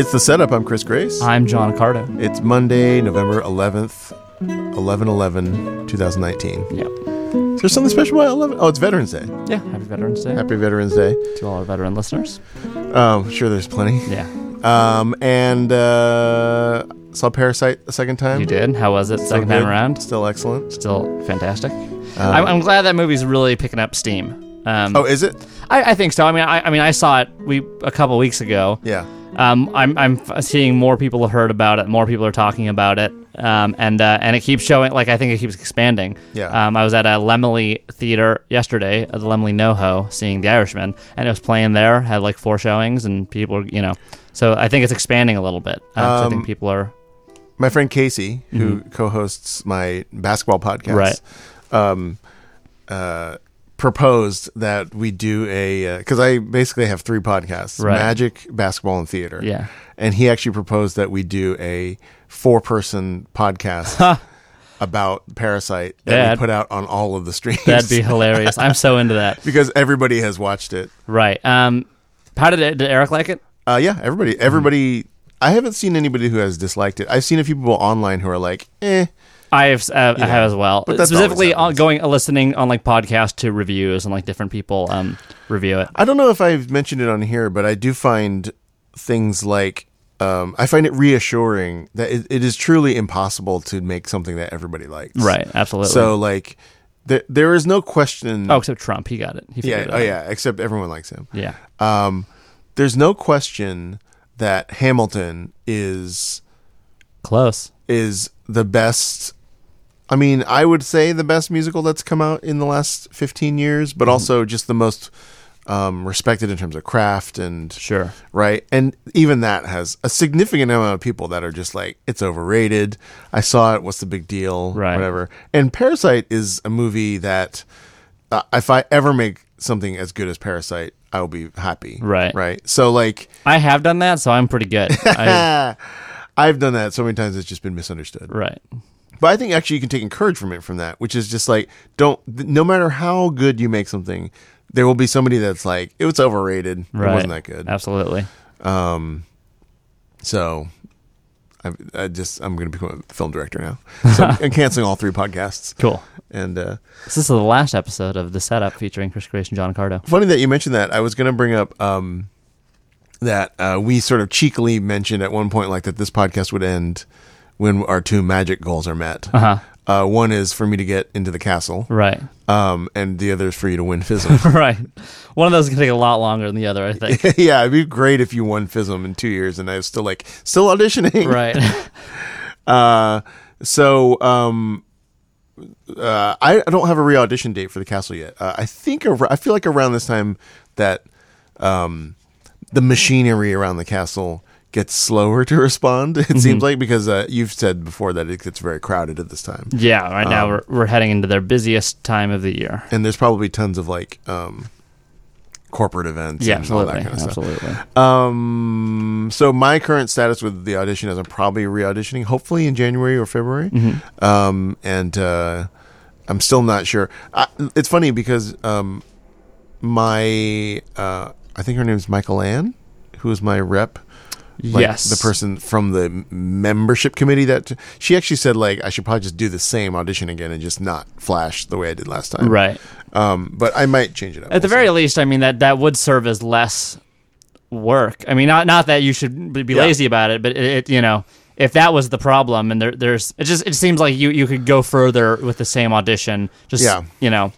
It's the setup. I'm Chris Grace. I'm John Carter. It's Monday, November 11th, 11 11, 2019. Yep. Is there something special about 11? Oh, it's Veterans Day. Yeah. Happy Veterans Day Happy Veterans Day. to all our veteran listeners. Um, sure, there's plenty. Yeah. Um, and uh, saw Parasite a second time. You did. How was it? Second time good. around. Still excellent. Still fantastic. I'm, I'm glad that movie's really picking up steam. Um, Oh, is it? I, I think so. I mean, I, I mean, I saw it we a couple weeks ago. Yeah. Um, I'm, I'm f- seeing more people have heard about it. More people are talking about it. Um, and uh, and it keeps showing. Like I think it keeps expanding. Yeah. Um, I was at a Lemley theater yesterday at the Lemley NoHo seeing The Irishman, and it was playing there. Had like four showings, and people, were, you know. So I think it's expanding a little bit. Um, so I think people are my friend Casey, who co-hosts my basketball podcast, Mm-hmm. Right. um, uh, proposed that we do a because I basically have three podcasts: Right. magic, basketball, and theater. Yeah. and he actually proposed that we do a four-person podcast about Parasite that Yeah, we put out on all of the streams. that'd be hilarious. I'm so into that. because everybody has watched it. Right. Um, how did it, did Eric like it? Uh, yeah, everybody, Hmm. everybody. I haven't seen anybody who has disliked it. I've seen a few people online who are like, "Eh, I have, uh, I have as well. that's Specifically, always on going uh, listening on like podcasts to reviews and like different people um, review it. I don't know if I've mentioned it on here, but I do find things like um, I find it reassuring that it, it is truly impossible to make something that everybody likes. Right. Absolutely. So like, there there is no question. oh, except Trump, he got it. He yeah. figured it Oh out. yeah. Except everyone likes him. Yeah. Um, there's no question that Hamilton is Close. is the best. I mean, I would say the best musical that's come out in the last 15 years, but also just the most um, respected in terms of craft and Sure. right? And even that has a significant amount of people that are just like, it's overrated. I saw it. What's the big deal? Right. Whatever. And Parasite is a movie that uh, if I ever make something as good as Parasite, I will be happy. Right. Right. So like, I have done that, so I'm pretty good. I, ah, I've done that so many times. It's just been misunderstood. right. But I think actually you can take encouragement from that, which is just like, don't. th- No matter how good you make something. There will be somebody that's like, it was overrated. Right. It wasn't that good. Absolutely. So I, I just I'm going to become a film director now. So I'm canceling all three podcasts. Cool. And uh, So this is the last episode of the setup featuring Chris Grace and John Cardo. funny that you mentioned that. I was going to bring up um, that uh, we sort of cheekily mentioned at one point like that this podcast would end when our two magic goals are met. Uh-huh. Uh, one is for me to get into the castle, Right. um, and the other is for you to win FISM. Right. One of those can take a lot longer than the other, I think. yeah, it'd be great if you won FISM in two years, and I was still like still auditioning. right. Uh, so um, uh, I, I don't have a re audition date for the castle yet. Uh, I think ar- I feel like around this time that um, the machinery around the castle gets slower to respond. It seems like because uh, you've said before that it gets very crowded at this time, Yeah. Right Um, now we're, we're heading into their busiest time of the year. and there's probably tons of like um, corporate events. Yeah, and all that absolutely. kind of stuff. absolutely. Um, so my current status with the audition is I'm probably re-auditioning, hopefully in January or February. Mm-hmm. Um, and uh, I'm still not sure. I, it's funny because um, my uh, I think her name's Michael Ann, who is my rep. Like yes. the person from the m- membership committee that she actually said like I should probably just do the same audition again and just not flash the way I did last time. Right. Um, but I might change it up. At the We'll see. very least, I mean that that would serve as less work. I mean, not not that you should be be Yeah. lazy about it, but it, it you know if that was the problem and there, there's it just it seems like you you could go further with the same audition. Just Yeah. you know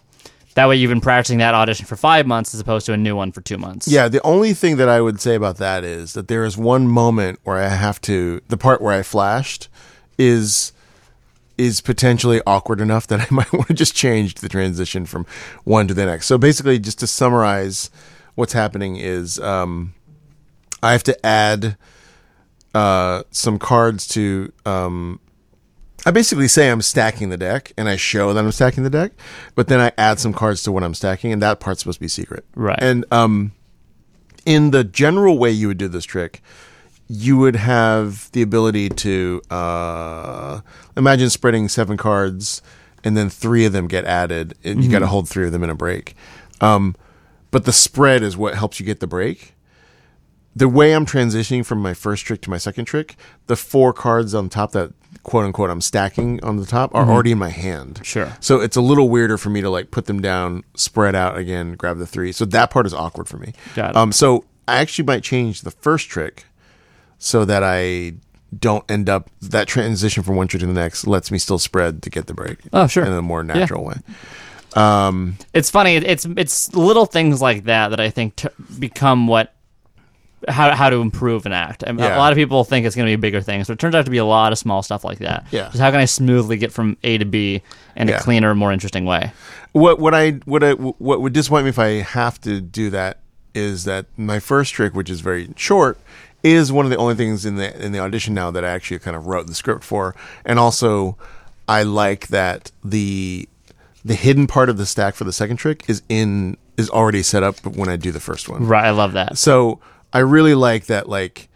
that way you've been practicing that audition for five months as opposed to a new one for two months. Yeah, the only thing that I would say about that is that there is one moment where I have to the part where I flashed is is potentially awkward enough that I might want to just change the transition from one to the next. So basically just to summarize what's happening is um I have to add uh some cards to um I basically say I'm stacking the deck and I show that I'm stacking the deck, but then I add some cards to what I'm stacking and that part's supposed to be secret. Right. And um in the general way you would do this trick, you would have the ability to uh, imagine spreading seven cards, and then three of them get added, and you got to hold three of them in a break. Um, but the spread is what helps you get the break. the way I'm transitioning from my first trick to my second trick, the four cards on top that quote unquote I'm stacking on the top are already in my hand. Mm-hmm. Sure. So it's a little weirder for me to like put them down, spread out again, grab the three. So that part is awkward for me. Got it. Um, so I actually might change the first trick so that I don't end up that transition from one trick to the next lets me still spread to get the break. Oh, sure. In a more natural way. It's funny. it- It's it's little things like that that I think t- become what how how to improve an act. I mean, Yeah. A lot of people think it's going to be bigger things, but it turns out to be a lot of small stuff like that. Yeah. Just how can I smoothly get from A to B in Yeah. a cleaner, more interesting way? What what I what I what would disappoint me if I have to do that is that my first trick, which is very short, is one of the only things in the in the audition now that I actually kind of wrote the script for, and also I like that the the hidden part of the stack for the second trick is in is already set up when I do the first one. Right. I love that. So I really like that. Like,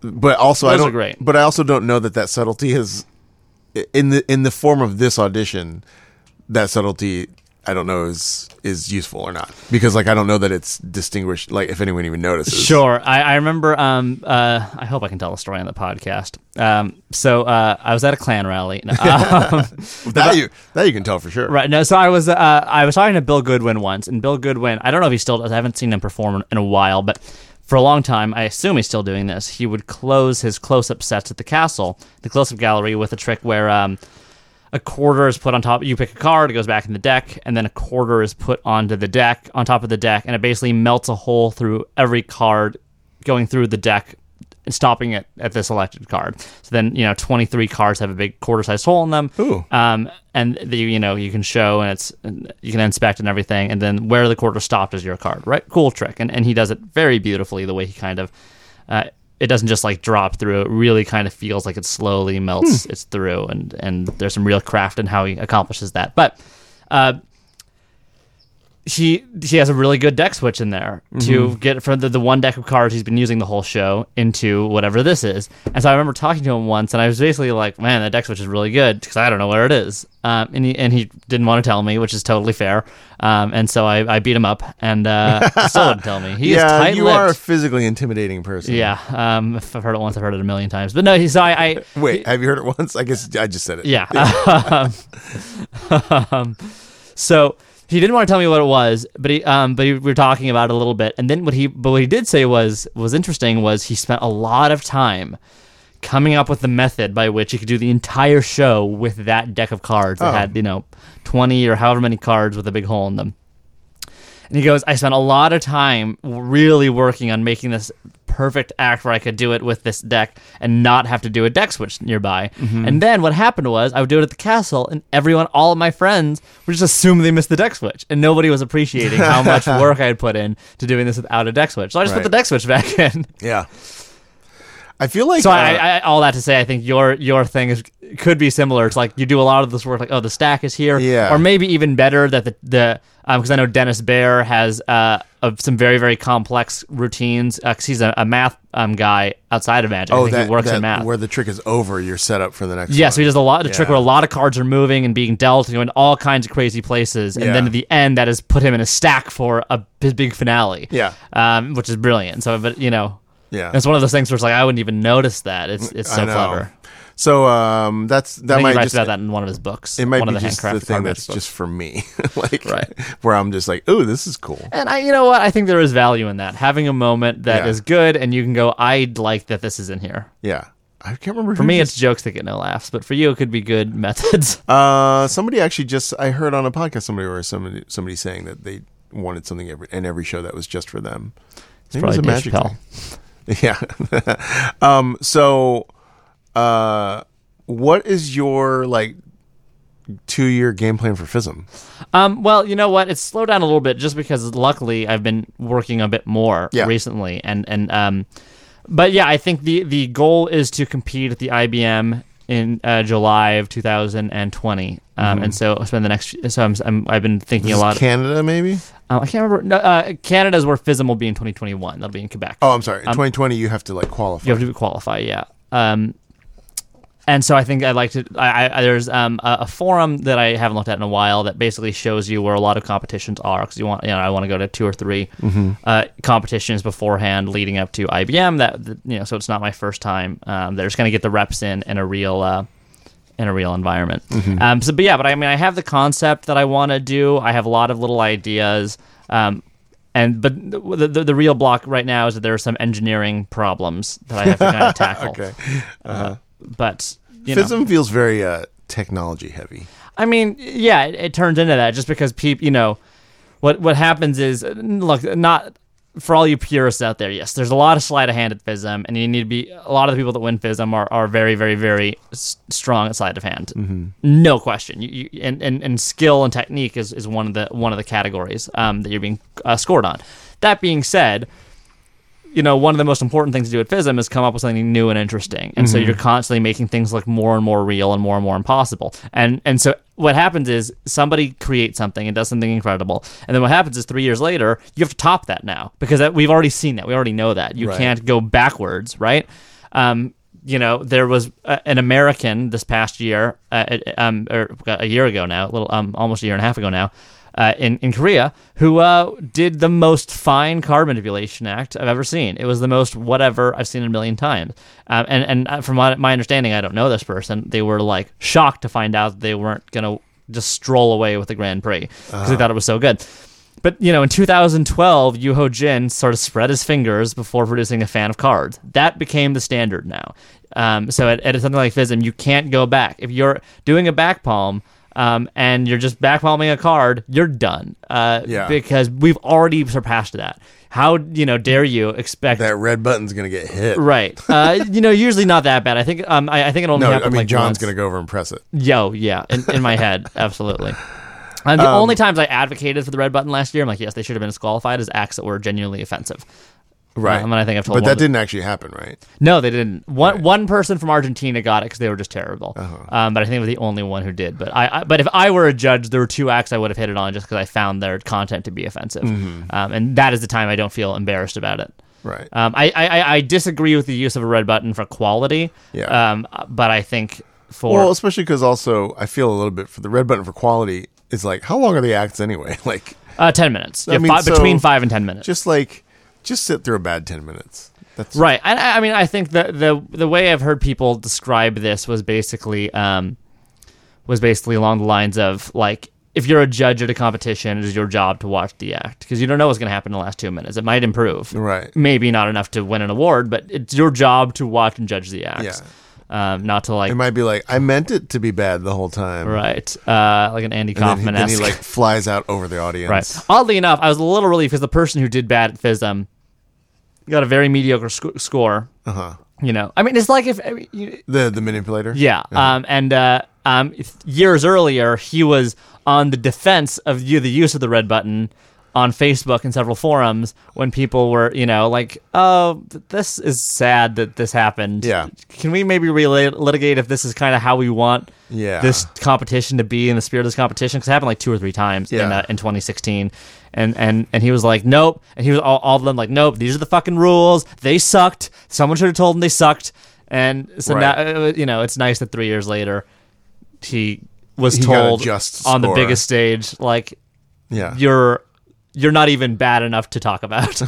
but also I Those are don't. great. But I also don't know that that subtlety is in the in the form of this audition. That subtlety, I don't know, is is useful or not because like I don't know that it's distinguished. Like if anyone even notices. Sure. I, I remember. Um. Uh. I hope I can tell the story on the podcast. Um. So uh, I was at a Klan rally. No, um, that you that you can tell for sure. Right. No. So I was uh, I was talking to Bill Goodwin once, and Bill Goodwin. I don't know if he still does. I haven't seen him perform in a while, but for a long time, I assume he's still doing this. He would close his close-up sets at the castle, the close-up gallery, with a trick where um, a quarter is put on top. You pick a card, it goes back in the deck, and then a quarter is put onto the deck, on top of the deck, and it basically melts a hole through every card going through the deck and stopping it at the selected card. So then, you know, 23 cards have a big quarter-sized hole in them. Ooh. Um, and the, you know, you can show and it's and you can inspect and everything, and then where the quarter stopped is your card, right? Cool trick. And and he does it very beautifully the way he kind of uh, it doesn't just like drop through. It really kind of feels like it slowly Hmm. melts its through, and and there's some real craft in how he accomplishes that. But uh, she she has a really good deck switch in there Mm-hmm. to get from the, the one deck of cards he's been using the whole show into whatever this is. And so I remember talking to him once, and I was basically like, "Man, that deck switch is really good because I don't know where it is." Um, and he and he didn't want to tell me, which is totally fair. Um, and so I, I beat him up, and uh, he still didn't tell me. He is Yeah, tight-lipped. you are a physically intimidating person. yeah, um, if I've heard it once, I've heard it a million times. But no, he so I, I Wait, have you heard it once? I guess I just said it. yeah. Um, so he didn't want to tell me what it was, but he, um, but he, we were talking about it a little bit, and then what he, but what he did say was was interesting was he spent a lot of time coming up with the method by which he could do the entire show with that deck of cards that Oh. had you know twenty or however many cards with a big hole in them. And he goes, I spent a lot of time really working on making this perfect act where I could do it with this deck and not have to do a deck switch nearby. And then what happened was I would do it at the castle, and everyone, all of my friends, would just assume they missed the deck switch. And nobody was appreciating how much work I had put in to doing this without a deck switch. So I just Right. put the deck switch back in. Yeah. I feel like So I, uh, I, all that to say, I think your your thing is could be similar. It's like you do a lot of this work, like oh, the stack is here, Yeah. or maybe even better that the the because I know Dennis Bear has uh of some very very complex routines because he's a, a math um guy outside of magic. I oh think that he works that- in math. where the trick is over, you're set up for the next. Yeah, one. so he does a lot. The trick Yeah. where a lot of cards are moving and being dealt and going to all kinds of crazy places, and then Yeah. at the end, that has put him in a stack for a his big finale. Yeah. um, which is brilliant. So, but you know, Yeah. it's one of those things where it's like I wouldn't even notice that. It's it's so I know. clever. So um, that's that I think might he writes just about that in one of his books. it might one be of the just the handcrafted thing card that's books. just for me, like Right. where I'm just like, oh, this is cool. And I, you know what? I think there is value in that having a moment that is Yeah. good, and you can go, "I'd like that this is in here." Yeah, I can't remember. For me, it's jokes that get no laughs, but for you, it could be good methods. uh, somebody actually just I heard on a podcast somebody or somebody somebody saying that they wanted something every in every show that was just for them. Maybe probably Dave Chappelle. thing. Yeah. um. So, uh, what is your like two year game plan for FISM? Um, well, you know what? It's slowed down a little bit just because luckily I've been working a bit more Yeah. recently, and and um, but yeah, I think the the goal is to compete at the IBM in uh, July of 2020, um, Mm-hmm. and so I'll spend the next. So I'm, I'm I've been thinking This a is lot. Canada maybe. Um, I can't remember. No, uh, Canada's where FISM will be in 2021. That'll be in Quebec. Oh, I'm sorry. In 2020, you have to like qualify. You have to qualify, yeah. Um, And so I think I like to. I, I, there's um, a, a forum that I haven't looked at in a while that basically shows you where a lot of competitions are because you want you know I want to go to two or 3 uh, competitions beforehand leading up to IBM that that, you know so it's not my first time. Um, they're just going to get the reps in in a real uh, in a real environment. Um, so but yeah, but I mean I have the concept that I want to do. I have a lot of little ideas. Um, and but the, the the real block right now is that there are some engineering problems that I have to kind of tackle. Okay. But you know. FISM feels very uh, technology heavy. I mean, yeah, it, it turns into that just because people, you know, what what happens is, uh, look, not for all you purists out there. Yes, there's a lot of sleight of hand at FISM, and you need to be a lot of the people that win FISM are, are very, very, very s- strong at sleight of hand, no question. You, you and, and and skill and technique is, is one of the one of the categories um, that you're being uh, scored on. That being said, you know, one of the most important things to do at FISM is come up with something new and interesting. And so you're constantly making things look more and more real and more and more impossible. And and so what happens is somebody creates something and does something incredible. And then what happens is three years later, you have to top that now because that, we've already seen that. We already know that. You Right. can't go backwards, right? Um, you know, there was uh, an American this past year, uh, it- um, or a year ago now, a little, um, almost a year and a half ago now, uh, in in Korea, who uh, did the most fine carbon manipulation act I've ever seen. It was the most whatever I've seen a million times. Um, and and uh, from my, my understanding, I don't know this person. They were like shocked to find out that they weren't gonna just stroll away with the Grand Prix because they thought it was so good. But you know, in 2012, Yu Ho Jin sort of spread his fingers before producing a fan of cards. That became the standard now. Um, so at, at something like FISM, you can't go back. If you're doing a back palm um, and you're just back palming a card, you're done. Uh, Yeah. Because we've already surpassed that. How you know dare you expect? That red button's gonna get hit. Right. Uh, you know, usually not that bad. I think um, I, I think it only No, I happened mean like John's once. gonna go over and press it. Yo, yeah, in, in my head, absolutely. And Um, the only times I advocated for the red button last year, I'm like, yes, they should have been disqualified as acts that were genuinely offensive. Right. Um, and I think I've told but one that of the- didn't actually happen, right? No, they didn't. One one person from Argentina got it because they were just terrible. Uh-huh. Um, but I think they were the only one who did. But I, I but if I were a judge, there were two acts I would have hit it on just because I found their content to be offensive, Mm-hmm. um, and that is the time I don't feel embarrassed about it. Right. Um, I, I I- I disagree with the use of a red button for quality. Yeah. Um, but I think for well, especially because also I feel a little bit for the red button for quality is like how long are the acts anyway? Like uh, ten minutes, yeah, mean, fi- so- between five and ten minutes. just like just sit through a bad ten minutes. That's Right. And I, I mean, I think the the the way I've heard people describe this was basically um, was basically along the lines of like if you're a judge at a competition, it is your job to watch the act because you don't know what's going to happen in the last two minutes. It might improve. Right. Maybe not enough to win an award, but it's your job to watch and judge the acts. Um, not to like. It might be like I meant it to be bad the whole time. Right, uh, like an Andy And then he- Kaufman. then he, like flies out over the audience. Right. Oddly enough, I was a little relieved because the person who did bad at FISM got a very mediocre sc- score. Uh huh. You know, I mean, it's like if I mean, you, The the manipulator. yeah. Uh-huh. Um, and uh, um, if- years earlier, he was on the defense of you, the use of the red button on Facebook and several forums when people were, you know, like, oh, th- this is sad that this happened. Yeah. Can we maybe relit- litigate if this is kind of how we want Yeah. this competition to be in the spirit of this competition? Because it happened like two or three times in, Yeah. uh, in 2016. And, and and he was like, nope. And he was all, all of them like, nope, these are the fucking rules. They sucked. Someone should have told them they sucked. And so Right. now, uh, you know, it's nice that three years later he was He got a told just on the score. biggest stage, like Yeah. you're you're not even bad enough to talk about.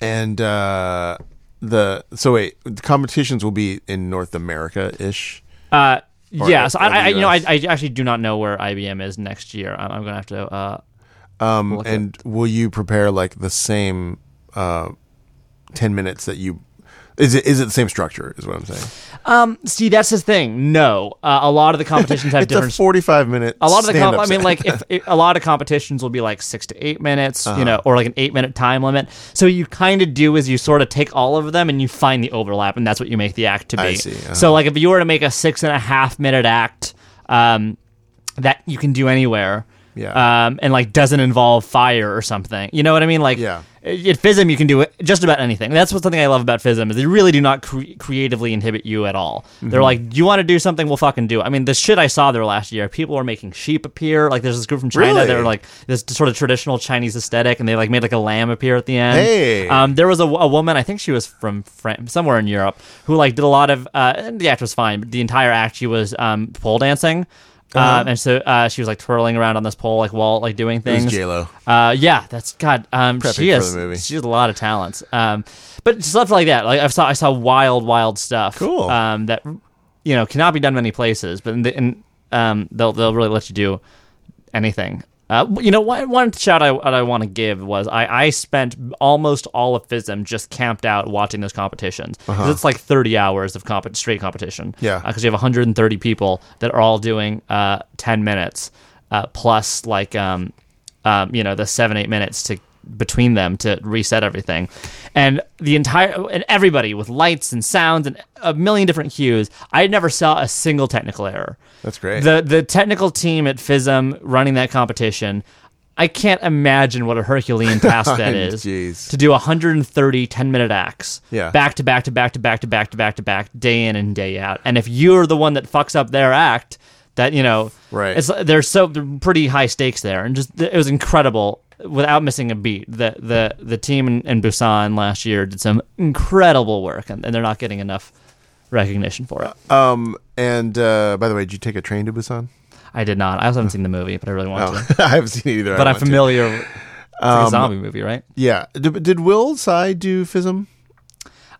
and uh, the so wait, the competitions will be in North America ish. uh, yeah, Or so I, I you know I, AWS. I actually do not know where IBM is next year. I'm, I'm gonna have to. Uh, Um, and will you prepare like the same uh, ten minutes that you? Is it is it the same structure? Is what I'm saying. see, that's the thing. No, uh, a lot of the competitions have It's a different 45 minute. a lot of the comp- I mean, like if, if a lot of competitions will be like six to eight minutes, Uh-huh. you know, or like an eight minute time limit. So you kind of do is you sort of take all of them and you find the overlap, and that's what you make the act to be. I see, uh-huh. So like if you were to make a six and a half minute act, um, that you can do anywhere. Yeah. Um, and like doesn't involve fire or something. You know what I mean? Like Yeah. i- at FISM you can do it- just about anything. That's what's something I love about FISM is they really do not cre- creatively inhibit you at all. Mm-hmm. They're like, you want to do something, we'll fucking do. it. I mean, the shit I saw there last year, people were making sheep appear. Like there's this group from China Really? that were like this sort of traditional Chinese aesthetic, and they like made like a lamb appear at the end. Hey. Um, there was a, a woman, I think she was from Fran- somewhere in Europe, who like did a lot of. Uh, and the act was fine, but the entire act she was um, pole dancing. Um, and so uh, she was like twirling around on this pole, like while like doing Uh-huh. It things. was J-Lo. Uh, yeah, that's God. Um, she for is. the movie. She has a lot of talents. Um, but stuff like that. Like I saw, I saw wild, wild stuff. Cool. Um, that you know cannot be done many places, but in the, in, um, they'll they'll really let you do anything. Uh, you know, one, one shout I what I want to give was I, I spent almost all of FISM just camped out watching those competitions 'Cause it's like thirty hours of compet straight competition. Uh-huh. Yeah. because you have one hundred and thirty people that are all doing uh, ten minutes uh, plus like um, um, you know, the seven eight minutes to between them to reset everything, and the entire and everybody with lights and sounds and a million different cues. I never saw a single technical error. That's great. The the technical team at FISM running that competition. I can't imagine what a Herculean task that is Jeez. to do 130 10 minute acts Yeah. back to back to back to back to back to back to back day in and day out. And if you're the one that fucks up their act, that you know, Right. It's they're so they're pretty high stakes there, and just it was incredible without missing a beat. The the the team in, in Busan last year did some incredible work, and, and they're not getting enough recognition for it. Um, and uh, by the way, did you take a train to Busan? I did not. I also haven't seen the movie, but I really want to. Oh, I haven't seen it either. I But I'm want to. familiar. um, It's like a zombie movie, right? Yeah. Did, did Will Tsai do FISM? Um,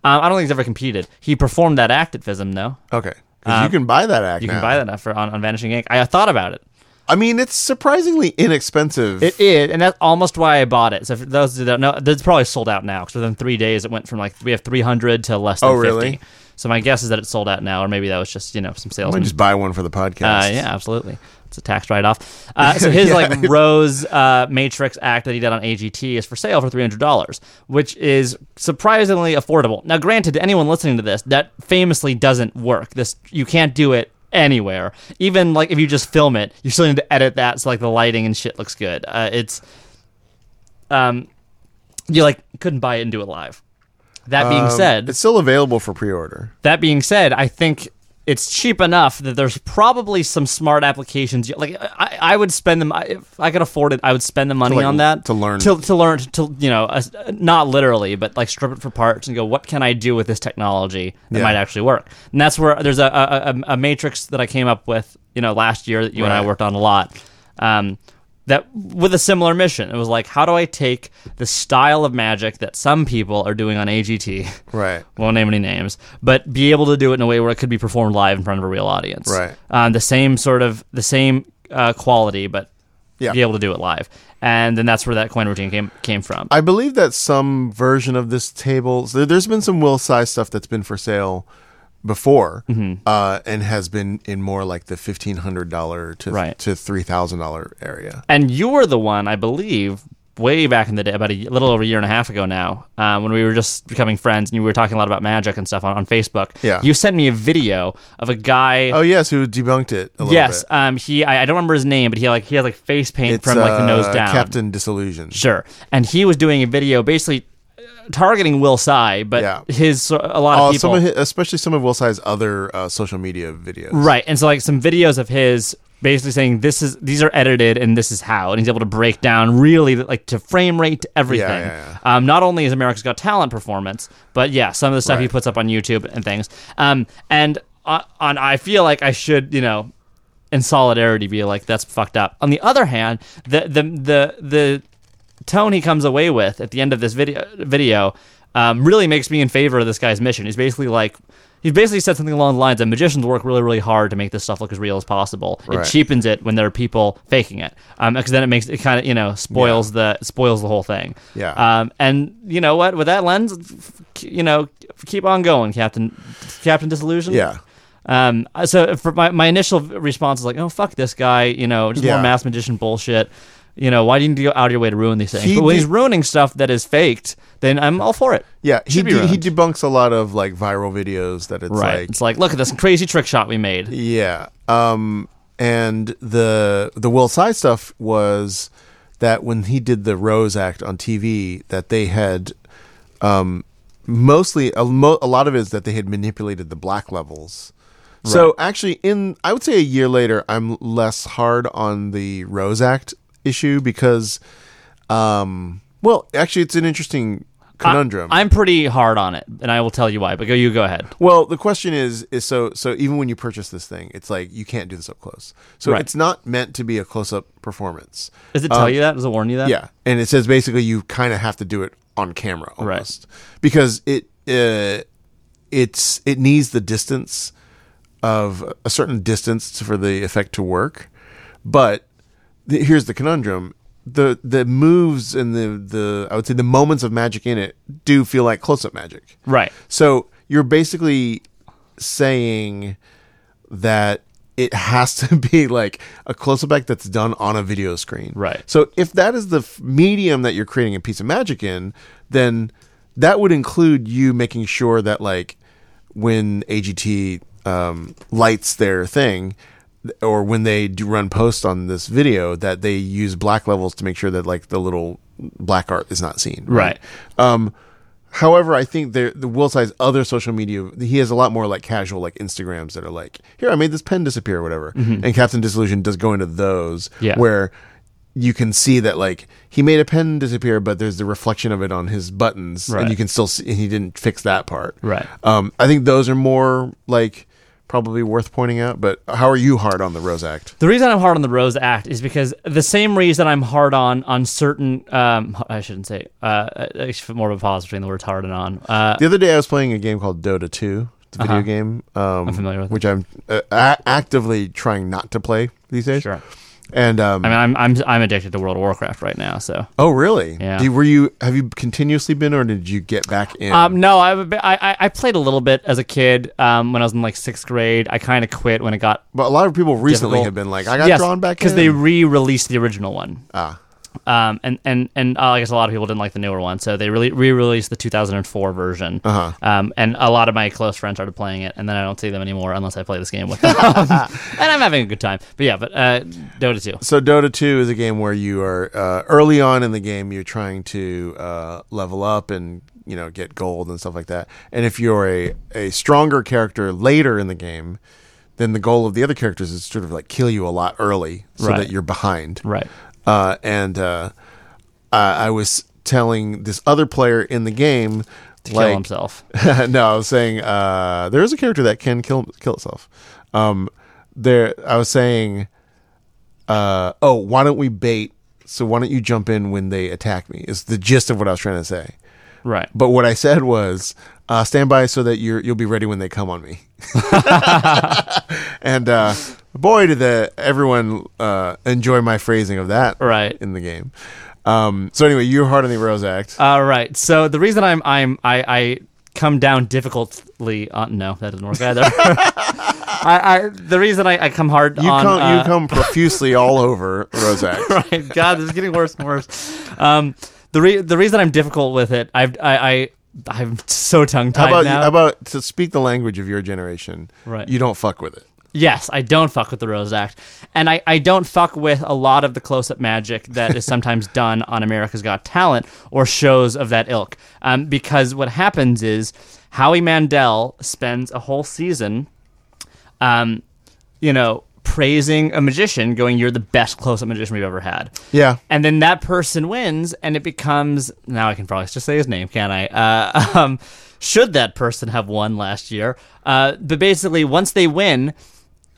I don't think he's ever competed. He performed that act at FISM, though. Okay. 'Cause you can buy that act. Uh, You can buy that for on, on Vanishing Ink. I thought about it. I mean, it's surprisingly inexpensive. It is, and that's almost why I bought it. So for those that don't know, that's probably sold out now. Because within three days, it went from like we have three hundred to less than Oh, really? 50. So my guess is that it's sold out now, or maybe that was just you know some I sales. might just buy one for the podcast. Uh, yeah, absolutely. It's a tax write-off. Uh, so his like Rose uh, Matrix act that he did on AGT is for sale for three hundred dollars, which is surprisingly affordable. Now, granted, to anyone listening to this, that famously doesn't work. This you can't do it anywhere. Even like if you just film it, you still need to edit that so like the lighting and shit looks good. Uh, it's um, you like couldn't buy it and do it live. That being Um, said, it's still available for pre-order. that being said, I think it's cheap enough that there's probably some smart applications. Like I, I would spend them if I could afford it. I would spend the money like, on that to learn. to, to learn to you know uh, not literally, but like strip it for parts and go, what can I do with this technology that Yeah. might actually work? And that's where there's a a, a a matrix that I came up with you know last year that you and I Right. worked on a lot. Um, that with a similar mission, it was like, how do I take the style of magic that some people are doing on AGT? Right. won't name any names, but be able to do it in a way where it could be performed live in front of a real audience. Right. Um, the same sort of the same uh, quality, but Yeah. be able to do it live. And then that's where that coin routine came came from. I believe that some version of this table. So there's been some Will Tsai stuff that's been for sale before, Mm-hmm. uh, and has been in more like the fifteen hundred dollar to Right. to three thousand dollar area. and you were the one, I believe, way back in the day, about a y- little over a year and a half ago now, um, when we were just becoming friends and you were talking a lot about magic and stuff on, on Facebook. Yeah. You sent me a video of a guy. Oh yes, who debunked it? A little yes. bit. Um, he, I, I don't remember his name, but he like, he has like face paint It's, from like the nose uh, down. Captain Disillusion. Sure. And he was doing a video basically uh, targeting Will Sy, but Yeah. his a lot of Uh, people some of his, especially some of Will Tsai's other uh, social media videos. Right. And so like some videos of his basically saying this is these are edited and this is how and he's able to break down really like to frame rate to everything. yeah, Um, not only is America's Got Talent performance, but yeah, some of the stuff he Right. puts up on YouTube and things. Um, and on, on I feel like I should, you know, in solidarity be like that's fucked up. On the other hand, the the the the tone he comes away with at the end of this video video um, really makes me in favor of this guy's mission. He's basically like he basically said something along the lines of magicians work really really hard to make this stuff look as real as possible. It Right. cheapens it when there are people faking it because then it makes it kind of you know spoils the spoils the whole thing. Yeah. Um, and you know what? With that lens, f- f- you know, keep on going, Captain Captain Disillusion. Yeah. Um, so for my, my initial response is like, oh fuck this guy, you know, just more Yeah. mass magician bullshit. You know, why do you need to go out of your way to ruin these things? He but when did- he's ruining stuff that is faked, then I'm all for it. Yeah, he Should be de- he ruined. debunks a lot of like viral videos that it's right. like it's like, look at this crazy trick shot we made. Yeah. Um and the the Will Side stuff was that when he did the Rose Act on TV, that they had um, mostly a, mo- a lot of it is that they had manipulated the black levels. So actually, in I would say a year later, I'm less hard on the Rose Act issue because, um, well, actually, it's an interesting conundrum. I, am pretty hard on it, and I will tell you why. But go, you go ahead. Well, the question is is so so even when you purchase this thing, it's like you can't do this up close. So Right. it's not meant to be a close up performance. Does it tell you that? Does it warn you that? Um, Yeah, and it says basically you kind of have to do it on camera Right. almost because it uh, it's it needs the distance of a certain distance for the effect to work. But the, here's the conundrum: the the moves and the the I would say the moments of magic in it do feel like close up magic. Right. So you're basically saying that it has to be like a close up act that's done on a video screen. Right. So if that is the f- medium that you're creating a piece of magic in, then that would include you making sure that like when AGT um, lights their thing th- or when they do run posts on this video that they use black levels to make sure that like the little black art is not seen. Right. Um, however, I think the the Will Size other social media he has a lot more like casual like Instagrams that are like here I made this pen disappear or whatever, and Captain Disillusion does go into those Mm-hmm. Yeah. where you can see that like he made a pen disappear, but there's the reflection of it on his buttons, Right. and you can still see and he didn't fix that part. Right. Um, I think those are more like probably worth pointing out. But how are you hard on the Rose Act? The reason I'm hard on the Rose Act is because the same reason I'm hard on on certain um I shouldn't say uh I should put more of a pause between the words hard and on. Uh, The other day, I was playing a game called Dota 2. It's a video game, um, I'm Uh-huh. familiar with it. which I'm uh, a- actively trying not to play these days. Sure. And um, I mean I'm I'm I'm addicted to World of Warcraft right now, so. oh, really? Yeah. Do you- were you? Have you continuously been, or did you get back in? Um, no, I, would be- I I- I played a little bit as a kid um, when I was in like sixth grade. I kind of quit when it got but a lot of people recently difficult. have been like, I got drawn back in because they re-released the original one. ah, Um, and and and uh, I guess a lot of people didn't like the newer one, so they really re-released the 2004 version. Uh-huh. Um, and a lot of my close friends started playing it, and then I don't see them anymore unless I play this game with them. and I'm having a good time. But yeah, but uh, Dota 2. So Dota 2 is a game where you are uh, early on in the game you're trying to uh, level up and you know get gold and stuff like that. And if you're a, a stronger character later in the game, then the goal of the other characters is sort of like kill you a lot early so Right. that you're behind. Right. Uh, and uh, I, I was telling this other player in the game Kill like himself. no, I was saying uh, there is a character that can kill kill itself. Um, there, I was saying, uh, oh, why don't we bait? So why don't you jump in when they attack me? Is the gist of what I was trying to say. Right. But what I said was, uh, stand by so that you're you'll be ready when they come on me. and uh, boy, did the everyone uh, enjoy my phrasing of that Right. in the game. Um, so anyway, you're hard on the Rose Act. All right. So the reason I'm I'm I, I come down difficultly. Uh, no, that doesn't work either. I, I the reason I, I come hard you on come uh, you come profusely all over Rose Act. right. God, this is getting worse and worse. Um, the re- the reason I'm difficult with it, I've I, I I'm so tongue How tied about now. how about to speak the language of your generation? Right. You don't fuck with it. yes, I don't fuck with the Rose Act, and I, I don't fuck with a lot of the close up magic that is sometimes done on America's Got Talent or shows of that ilk. Um, because what happens is Howie Mandel spends a whole season um, you know, praising a magician, going, "You're the best close-up magician we've ever had." Yeah. and then that person wins, and it becomes now I can probably just say his name, can I? Uh, um, should that person have won last year? Uh, but basically, once they win,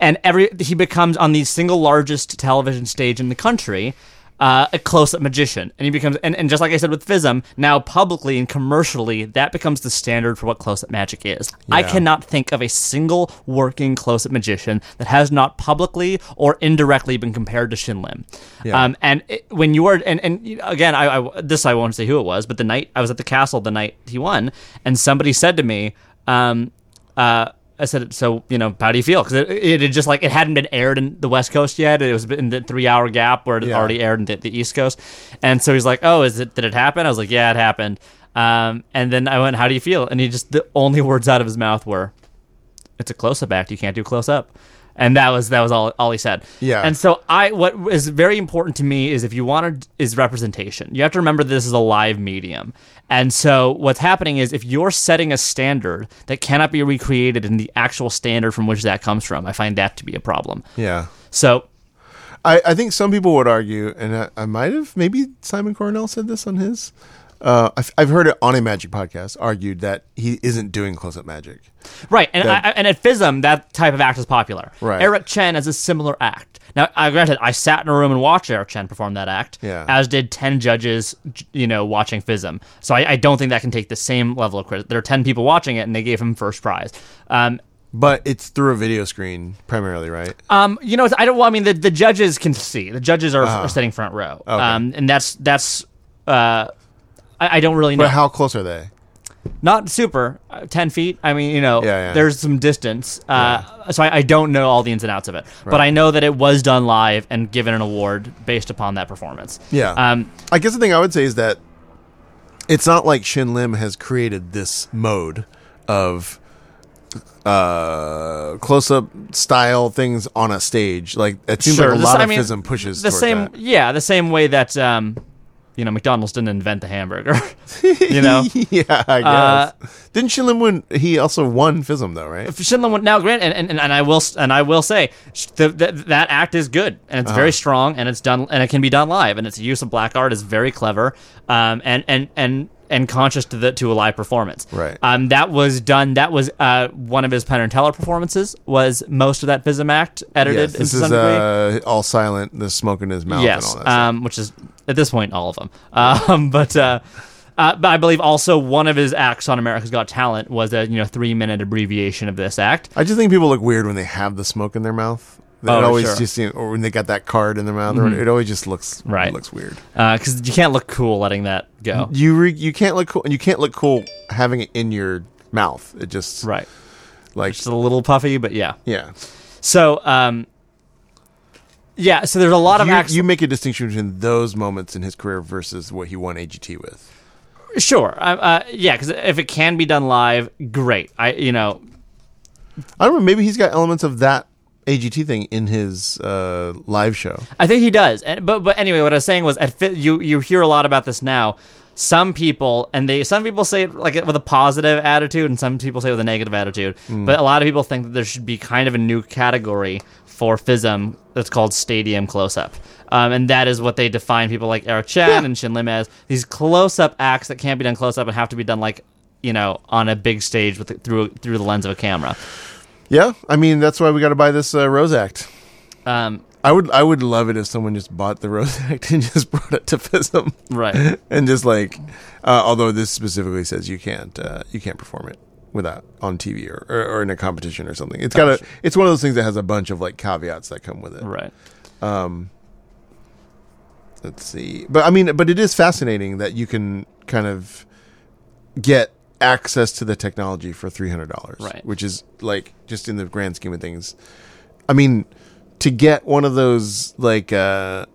and every he becomes on the single largest television stage in the country. Uh, a close-up magician, and he becomes, and, and just like I said with Fism, now publicly and commercially, that becomes the standard for what close-up magic is. I Yeah. cannot cannot think of a single working close-up magician that has not publicly or indirectly been compared to Shin Lim. Yeah. Um, and it, when you were, and, and you know, again, I, I- this I won't say who it was, but the night I was at the castle, the night he won, and somebody said to me, um, uh, I said, so you know, how do you feel? Because it, it had just like it hadn't been aired in the West Coast yet. It was in the three-hour gap where it had Yeah. already aired in the, the East Coast, and so he's like, "Oh, is it? Did it happen?" I was like, "Yeah, it happened." Um, and then I went, "How do you feel?" And he just the only words out of his mouth were, "It's a close-up act. You can't do close-up." and that was that was all all he said. Yeah. And so I what is very important to me is if you want to is representation. You have to remember this is a live medium. And so what's happening is if you're setting a standard that cannot be recreated in the actual standard from which that comes from, I find that to be a problem. Yeah. So I, I think some people would argue, and I, I might have, maybe Simon Cornell said this on his. Uh, I've, I've heard it on a magic podcast argued that he isn't doing close up magic. Right, and That- I, and at FISM, that type of act is popular. Right. Eric Chen has a similar act. Now, I granted, I sat in a room and watched Eric Chen perform that act, Yeah. as did ten judges, j- you know, watching FISM. So I, I don't think that can take the same level of credit. There are ten people watching it, and they gave him first prize. Um, But it's through a video screen primarily, right? um, you know, it's- I don't. Well, I mean, the, the judges can see. The judges are, Uh-huh. are sitting front row. Um, and that's that's. Uh, I, I don't really know. But how close are they? not super uh, 10 feet i mean you know Yeah, yeah. there's some distance uh, so I, I don't know all the ins and outs of it but i know that it was done live and given an award based upon that performance Yeah. um, I guess the thing I would say is that it's not like Shin Lim has created this mode of uh close-up style things on a stage like it seems sure like a this- lot I of mean, FISM pushes the toward same that. yeah the same way that um, you know mcdonald's didn't invent the hamburger you know yeah i Uh, guess didn't Shin Lim win he also won FISM though right Shinlin went now. Grant and, and, and I will s- and I will say sh- the, the, that act is good and it's Uh-huh. very strong and it's done and it can be done live and its use of black art is very clever um, and and and and conscious to the to a live performance. Right. Um, that was done. That was uh, one of his Penn and Teller performances. Was most of that Vism act edited yes in this some is degree? uh all silent the smoke in his mouth yes, and all that stuff. um, which is at this point all of them. Um, but uh, uh, but I believe also one of his acts on America's Got Talent was a you know three minute abbreviation of this act. I just think people look weird when they have the smoke in their mouth. It uh, Oh, always sure. Mm-hmm. just seem- or when they got that card in their mouth, or it always just looks Right. looks weird. because Uh, you can't look cool letting that go. You re, you can't look cool, and you can't look cool having it in your mouth. It just Right. like Just a little puffy, but yeah. yeah. So, um, yeah. So there's a lot of You, acts. you make a distinction between those moments in his career versus what he won AGT with. sure. Uh, uh, yeah. Because if it can be done live, great. I, you know, I don't know. Maybe he's got elements of that AGT thing in his uh, live show. I think he does. And but but anyway, what I was saying was, at fi- you you hear a lot about this now. Some people and they some people say it like with a positive attitude, and some people say it with a negative attitude. But a lot of people think that there should be kind of a new category for FISM that's called stadium close up. Um, and that is what they define people like Eric Chen Yeah. and Shin Lim as these close up acts that can't be done close up and have to be done like you know on a big stage with through through the lens of a camera. Yeah, I mean that's why we got to buy this uh, Rose Act. Um, I would I would love it if someone just bought the Rose Act and just brought it to FISM. right. and just like uh, although this specifically says you can't uh, you can't perform it without on TV or, or, or in a competition or something. It's got a it's one of those things that has a bunch of like caveats that come with it. Right. Let's see. But I mean but it is fascinating that you can kind of get access to the technology for $300, Right. which is like just in the grand scheme of things. I mean to get one of those like uh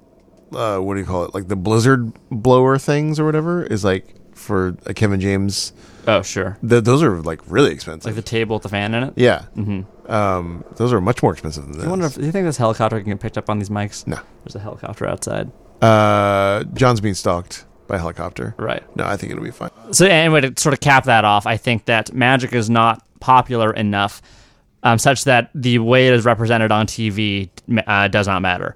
uh, what do you call it? Like the blizzard blower things or whatever is like for a Kevin James Oh sure. Th- those are like really Like expensive. the table with the fan in it. yeah. Um, those are much more expensive than this. I wonder if do you think this helicopter can get picked up on these mics? No. There's a helicopter outside. uh, John's being stalked by a helicopter. Right. No, I think it'll be fine. So anyway, to sort of cap that off, I think that magic is not popular enough, um, such that the way it is represented on TV uh, does not matter.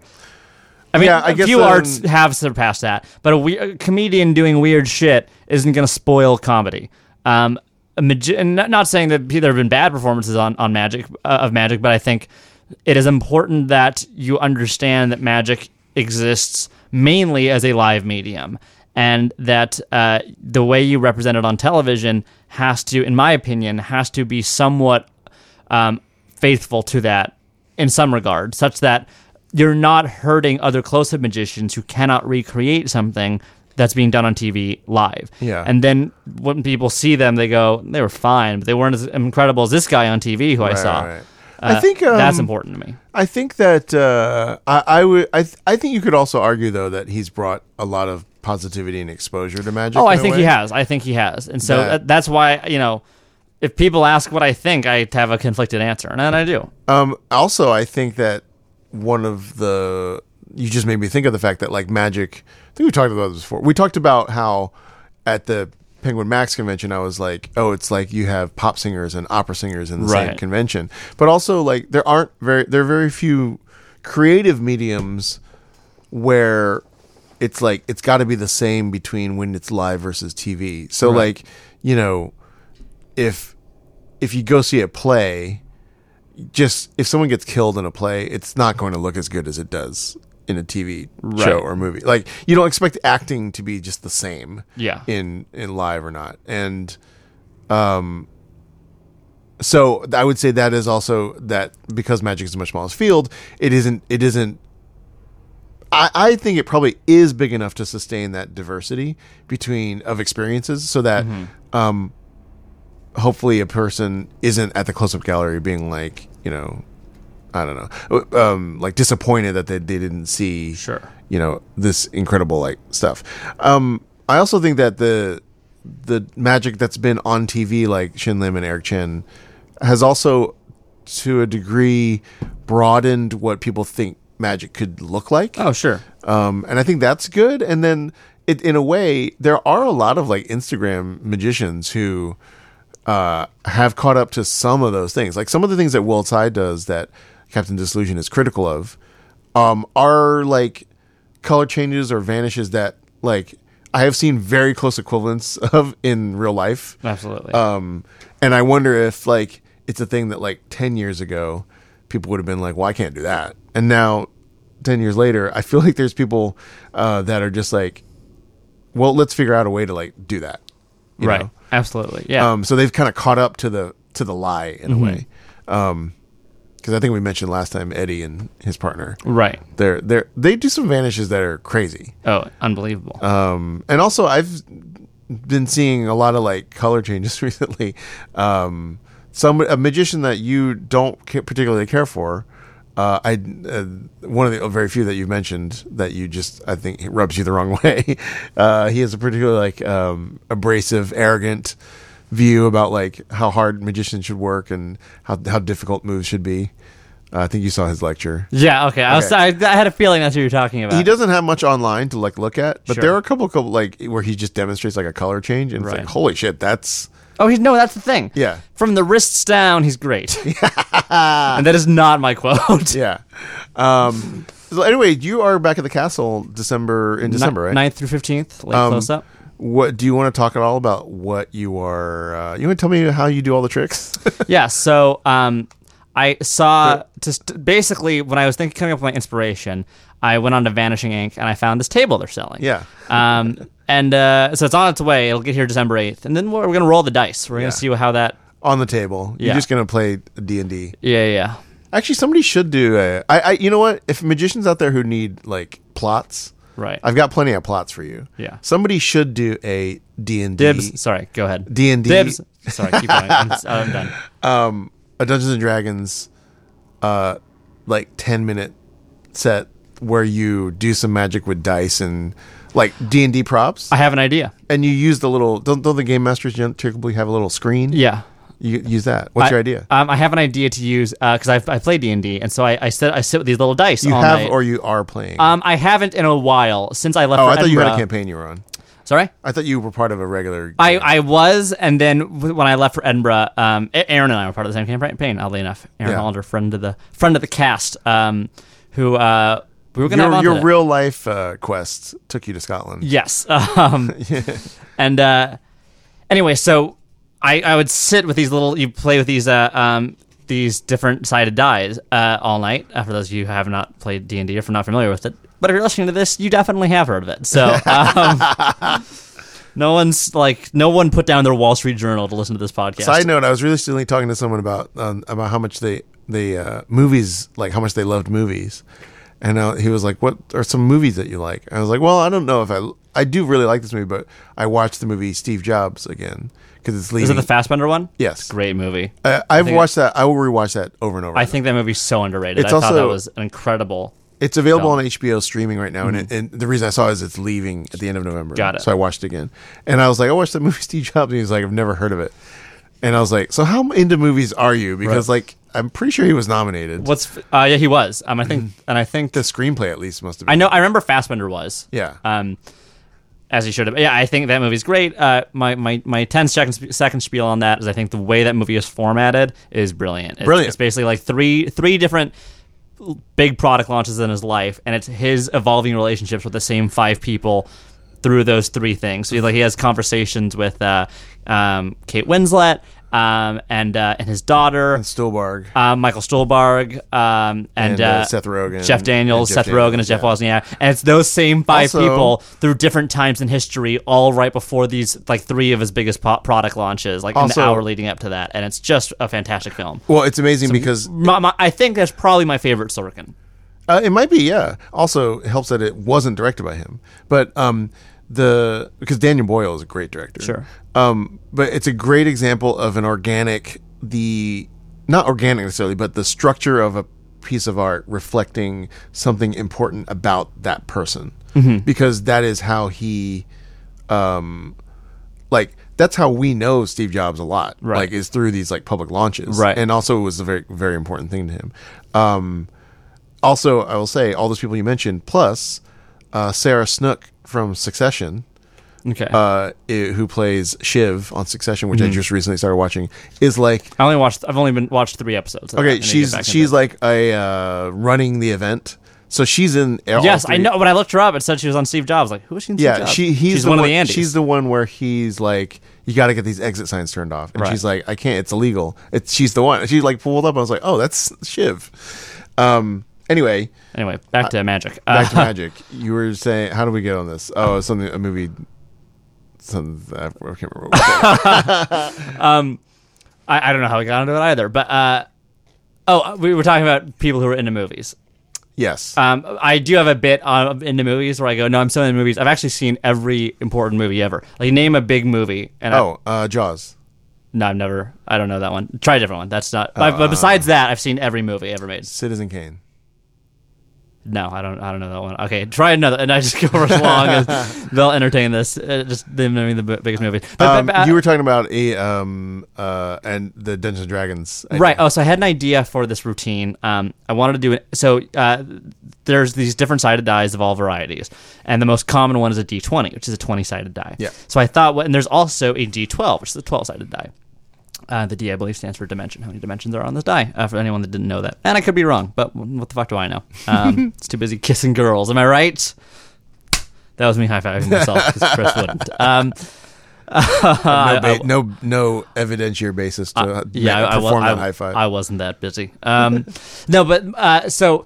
I mean, Yeah, I a guess, few um, arts have surpassed that, but a, we- a comedian doing weird shit isn't going to spoil comedy. Um, a magi- and not not saying that there have been bad performances on on magic uh, of magic, but I think it is important that you understand that magic exists mainly as a live medium, and that uh, the way you represent it on television has to, in my opinion, has to be somewhat um, faithful to that in some regard, such that you're not hurting other close-up magicians who cannot recreate something that's being done on TV live. Yeah. And then when people see them, they go, "They were fine, but they weren't as incredible as this guy on TV who I Right, saw." right, right. I Uh, think um, that's important to me. I think that uh, I, I would. I, th- I think you could also argue though that he's brought a lot of positivity and exposure to magic. Oh, I in a think way. he has. I think he has, and so That- that, that's why you know if people ask what I think, I have a conflicted answer, and I do. Um, also, I think that one of the you just made me think of the fact that like magic. I think we talked about this before. We talked about how at the Penguin Max convention, I was like, oh, it's like you have pop singers and opera singers in the same Right. convention, but also like there aren't very there are very few creative mediums where it's like it's got to be the same between when it's live versus TV. So like you know if if you go see a play just if someone gets killed in a play, it's not going to look as good as it does in a TV show or movie. Like you don't expect acting to be just the same, Yeah. in in live or not. And um, so I would say that is also that because magic is a much smaller field, it isn't it isn't. I, I think it probably is big enough to sustain that diversity between of experiences, so that um, hopefully a person isn't at the close-up gallery being like you know i don't know um like disappointed that they, they didn't see Sure. you know this incredible like stuff um i also think that the the magic that's been on tv like shin lim and eric chen has also to a degree broadened what people think magic could look like Oh, sure. um, and I think that's good. And then it, in a way, there are a lot of like Instagram magicians who uh, have caught up to some of those things. Like some of the things that Will Tsai does that Captain Disillusion is critical of um, are like color changes or vanishes that like I have seen very close equivalents of in real life. Absolutely. Um, and I wonder if like it's a thing that like ten years ago, people would have been like, "Well, I can't do that," and now ten years later, I feel like there's people uh, that are just like, "Well, let's figure out a way to like do that," you right. know? Absolutely. Yeah. Um, so they've kind of caught up to the to the lie in a way, because I think we mentioned last time Eddie and his partner. right. They're they are they do some vanishes that are crazy. Oh, unbelievable. Um, and also I've been seeing a lot of like color changes recently. Um, some a magician that you don't ca- particularly care for. Uh, I uh, one of the very few that you mentioned that you just I think it rubs you the wrong way. Uh, he has a particularly like um, abrasive, arrogant view about like how hard magicians should work and how how difficult moves should be. Uh, I think you saw his lecture. yeah. Okay. I was. okay. I, I had a feeling that's who you're talking about. He doesn't have much online to like look at, but Sure. there are a couple, couple like where he just demonstrates like a color change, and it's Right. like, holy shit, that's Oh, he's no. That's the thing. Yeah. From the wrists down, he's great. and that is not my quote. yeah. Um, so anyway, you are back at the castle December in December, right? Um, Mm-hmm. 9th through fifteenth. Late close up. What do you want to talk at all about? What you are? Uh, you want to tell me how you do all the tricks? yeah. So um, I saw just basically when I was thinking coming up with my inspiration, I went on to Vanishing Ink and I found this table they're selling. Yeah. Um, and uh, so it's on its way. It'll get here December eighth, and then we're, we're gonna roll the dice. We're Yeah. gonna see how that. On the table, you're Yeah. just gonna play D and D. Yeah. Yeah. Actually, somebody should do a. I, I, you know what? If magicians out there who need like plots, Right. I've got plenty of plots for you. Yeah. Somebody should do a D and D. Dibs. Sorry. Go ahead. D&D. Dibs. Sorry. Keep going. I'm, I'm done. a Dungeons and Dragons, uh, like ten minute set where you do some magic with dice and like D and D props, I have an idea. and you use the little. Don't, don't the game masters gen- typically have a little screen? Yeah. you use that. What's I- your idea? Um, I have an idea to use because I've I play D and D, and so I I sit I sit with these little dice. you all have night. or you are playing? um I haven't in a while since I left. oh, for I thought you had a Edinburgh. campaign you were on. Sorry. I thought you were part of a regular. uh, I, I was, and then w- when I left for Edinburgh, um, A- Aaron and I were part of the same campaign. Oddly enough, Aaron Yeah. Hollander, friend of the friend of the cast, um, who uh, we were going to have your on your today. real life uh, quest took you to Scotland. Yes. Um, And uh, anyway, so I, I would sit with these little. You play with these uh, um, these different sided dies uh, all night. Uh, for those of you who have not played D anD D or if you're not familiar with it, but if you're listening to this, you definitely have heard of it. So. Um, No one's like no one put down their Wall Street Journal to listen to this podcast. Side note: I was really recently talking to someone about um, about how much they they uh, movies like how much they loved movies, and uh, he was like, "What are some movies that you like?" And I was like, "Well, I don't know if I I do really like this movie, but I watched the movie Steve Jobs again because it's Is it leaving." the Fassbender one? yes, Great movie. I, I've think watched that. I will rewatch that over and over. I think that movie's so underrated. It's I thought that also- was an incredible. It's available on HBO streaming right now, and, it, and the reason I saw it is it's leaving at the end of November. Mm-hmm. Got it. So I watched it again, and I was like, I watched the movie Steve Jobs, and he's like, I've never heard of it. and I was like, "So how into movies are you?" Because like I'm pretty sure he was nominated. What's f- uh, yeah, he was. Um, I think, and I think the screenplay at least must have been. I know. I remember Fassbender was. Yeah. Um, as he should have. Yeah, I think that movie's great. Uh, my my my ten second sp- second spiel on that is I think the way that movie is formatted is brilliant. It's, Brilliant. It's basically like three three different l- big product launches in his life, and it's his evolving relationships with the same five people through those three things. So he, like he has conversations with uh, um, Kate Winslet. Um, and uh, and his daughter Stillbarg. uh, Michael Stolbarg, um, and, And, uh, uh, Seth Rogen. Jeff Daniels, And Jeff Seth Rogen, and Daniels, Jeff yeah. Wozniak, and it's those same five Also- people through different times in history, all right before these like three of his biggest po- product launches, like in Also- the hour leading up to that, and it's just a fantastic film. well, it's amazing because My, my, I think that's probably my favorite Sorkin. Uh, it might be, yeah. Also, it helps that it wasn't directed by him, but um, the because Daniel Boyle is a great director. Sure. Um, but it's a great example of an organic, the not organic necessarily, but the structure of a piece of art reflecting something important about that person, Mm-hmm. because that is how he um, like that's how we know Steve Jobs a lot. Right. Like is through these like public launches. Right. And also it was a very very important thing to him. Um also I will say all those people you mentioned, plus uh Sarah Snook from Succession, Okay, uh i- who plays Shiv on Succession, Mm-hmm. which I just recently started watching, is like I only watched. I've only been watched three episodes. of that. I okay, need to she's get back into she's it. like a uh running the event. So she's in all yes, I three- know. When I looked her up, it said she was on Steve Jobs. Like, who is she? On Steve Yeah, Jobs? she he's she's the one, one, of the Andes. She's the one where he's like, you got to get these exit signs turned off, and Right. she's like, I can't. It's illegal. It's she's the one. She like pulled up. I was like, oh, that's Shiv. Um. Anyway, anyway, back to magic. Uh, back to magic. You were saying, how do we get on this? Oh, something a movie. Something I can't remember. What I, I don't know how we got into it either, but uh, oh, we were talking about people who are into movies. yes. Um, I do have a bit on into movies where I go, no, I'm so into movies. I've actually seen every important movie ever. Like name a big movie, and I, oh, uh, Jaws. no, I've never, I don't know that one. Try a different one. That's not. but, Uh. but besides that, I've seen every movie ever made. Citizen Kane. No, I don't. I don't know that one. Okay, try another, and I just go for as long as they'll entertain this. Uh, just them naming the b- biggest movie. But- but- Um, but, uh, you were talking about a um uh and the Dungeons and Dragons. idea. Right. Oh, so I had an idea for this routine. Um, I wanted to do it. So uh, there's these different sided dies of all varieties, and the most common one is a D20, which is a 20 sided die. Yeah. So I thought, what and there's also a D12, which is a 12 sided die. Uh, the D, I believe, stands for dimension. How many dimensions are on this die? Uh, for anyone that didn't know that, and I could be wrong, but what the fuck do I know? Um, it's too busy kissing girls. Am I right? That was me high fiving myself because Chris wouldn't. Um, No, ba- no, no evidentiary basis to uh, uh, yeah, ma- I, I, wa- perform I, that high five. I wasn't that busy. Um, no, but uh, so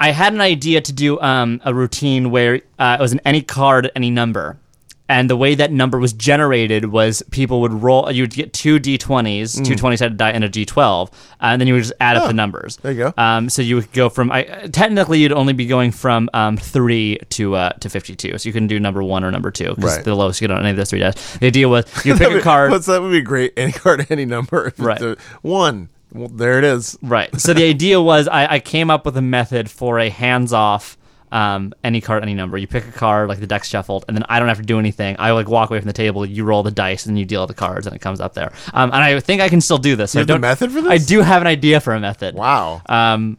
I had an idea to do um, a routine where uh, it was an any card, any number. And the way that number was generated was people would roll, you'd get two d20s, Mm. two 20 sided die, and a d12, and then you would just add up the numbers. Ah, there you go. Um, so you would go from, I, technically, you'd only be going from um, three to uh, to 52. So you couldn't do number one or number two, because Right. the lowest you get on any of those three dice. The idea was you pick a card. What's that would be great. Any card, any number. If it's Right. a- one. Well, there it is. Right. So the idea was I, I came up with a method for a hands off um, any card, any number. You pick a card, like the deck's shuffled, and then I don't have to do anything. I like walk away from the table, you roll the dice, and you deal the cards, and it comes up there. Um, and I think I can still do this. I have the don't- method for this? I do have an idea for a method. Wow. Um,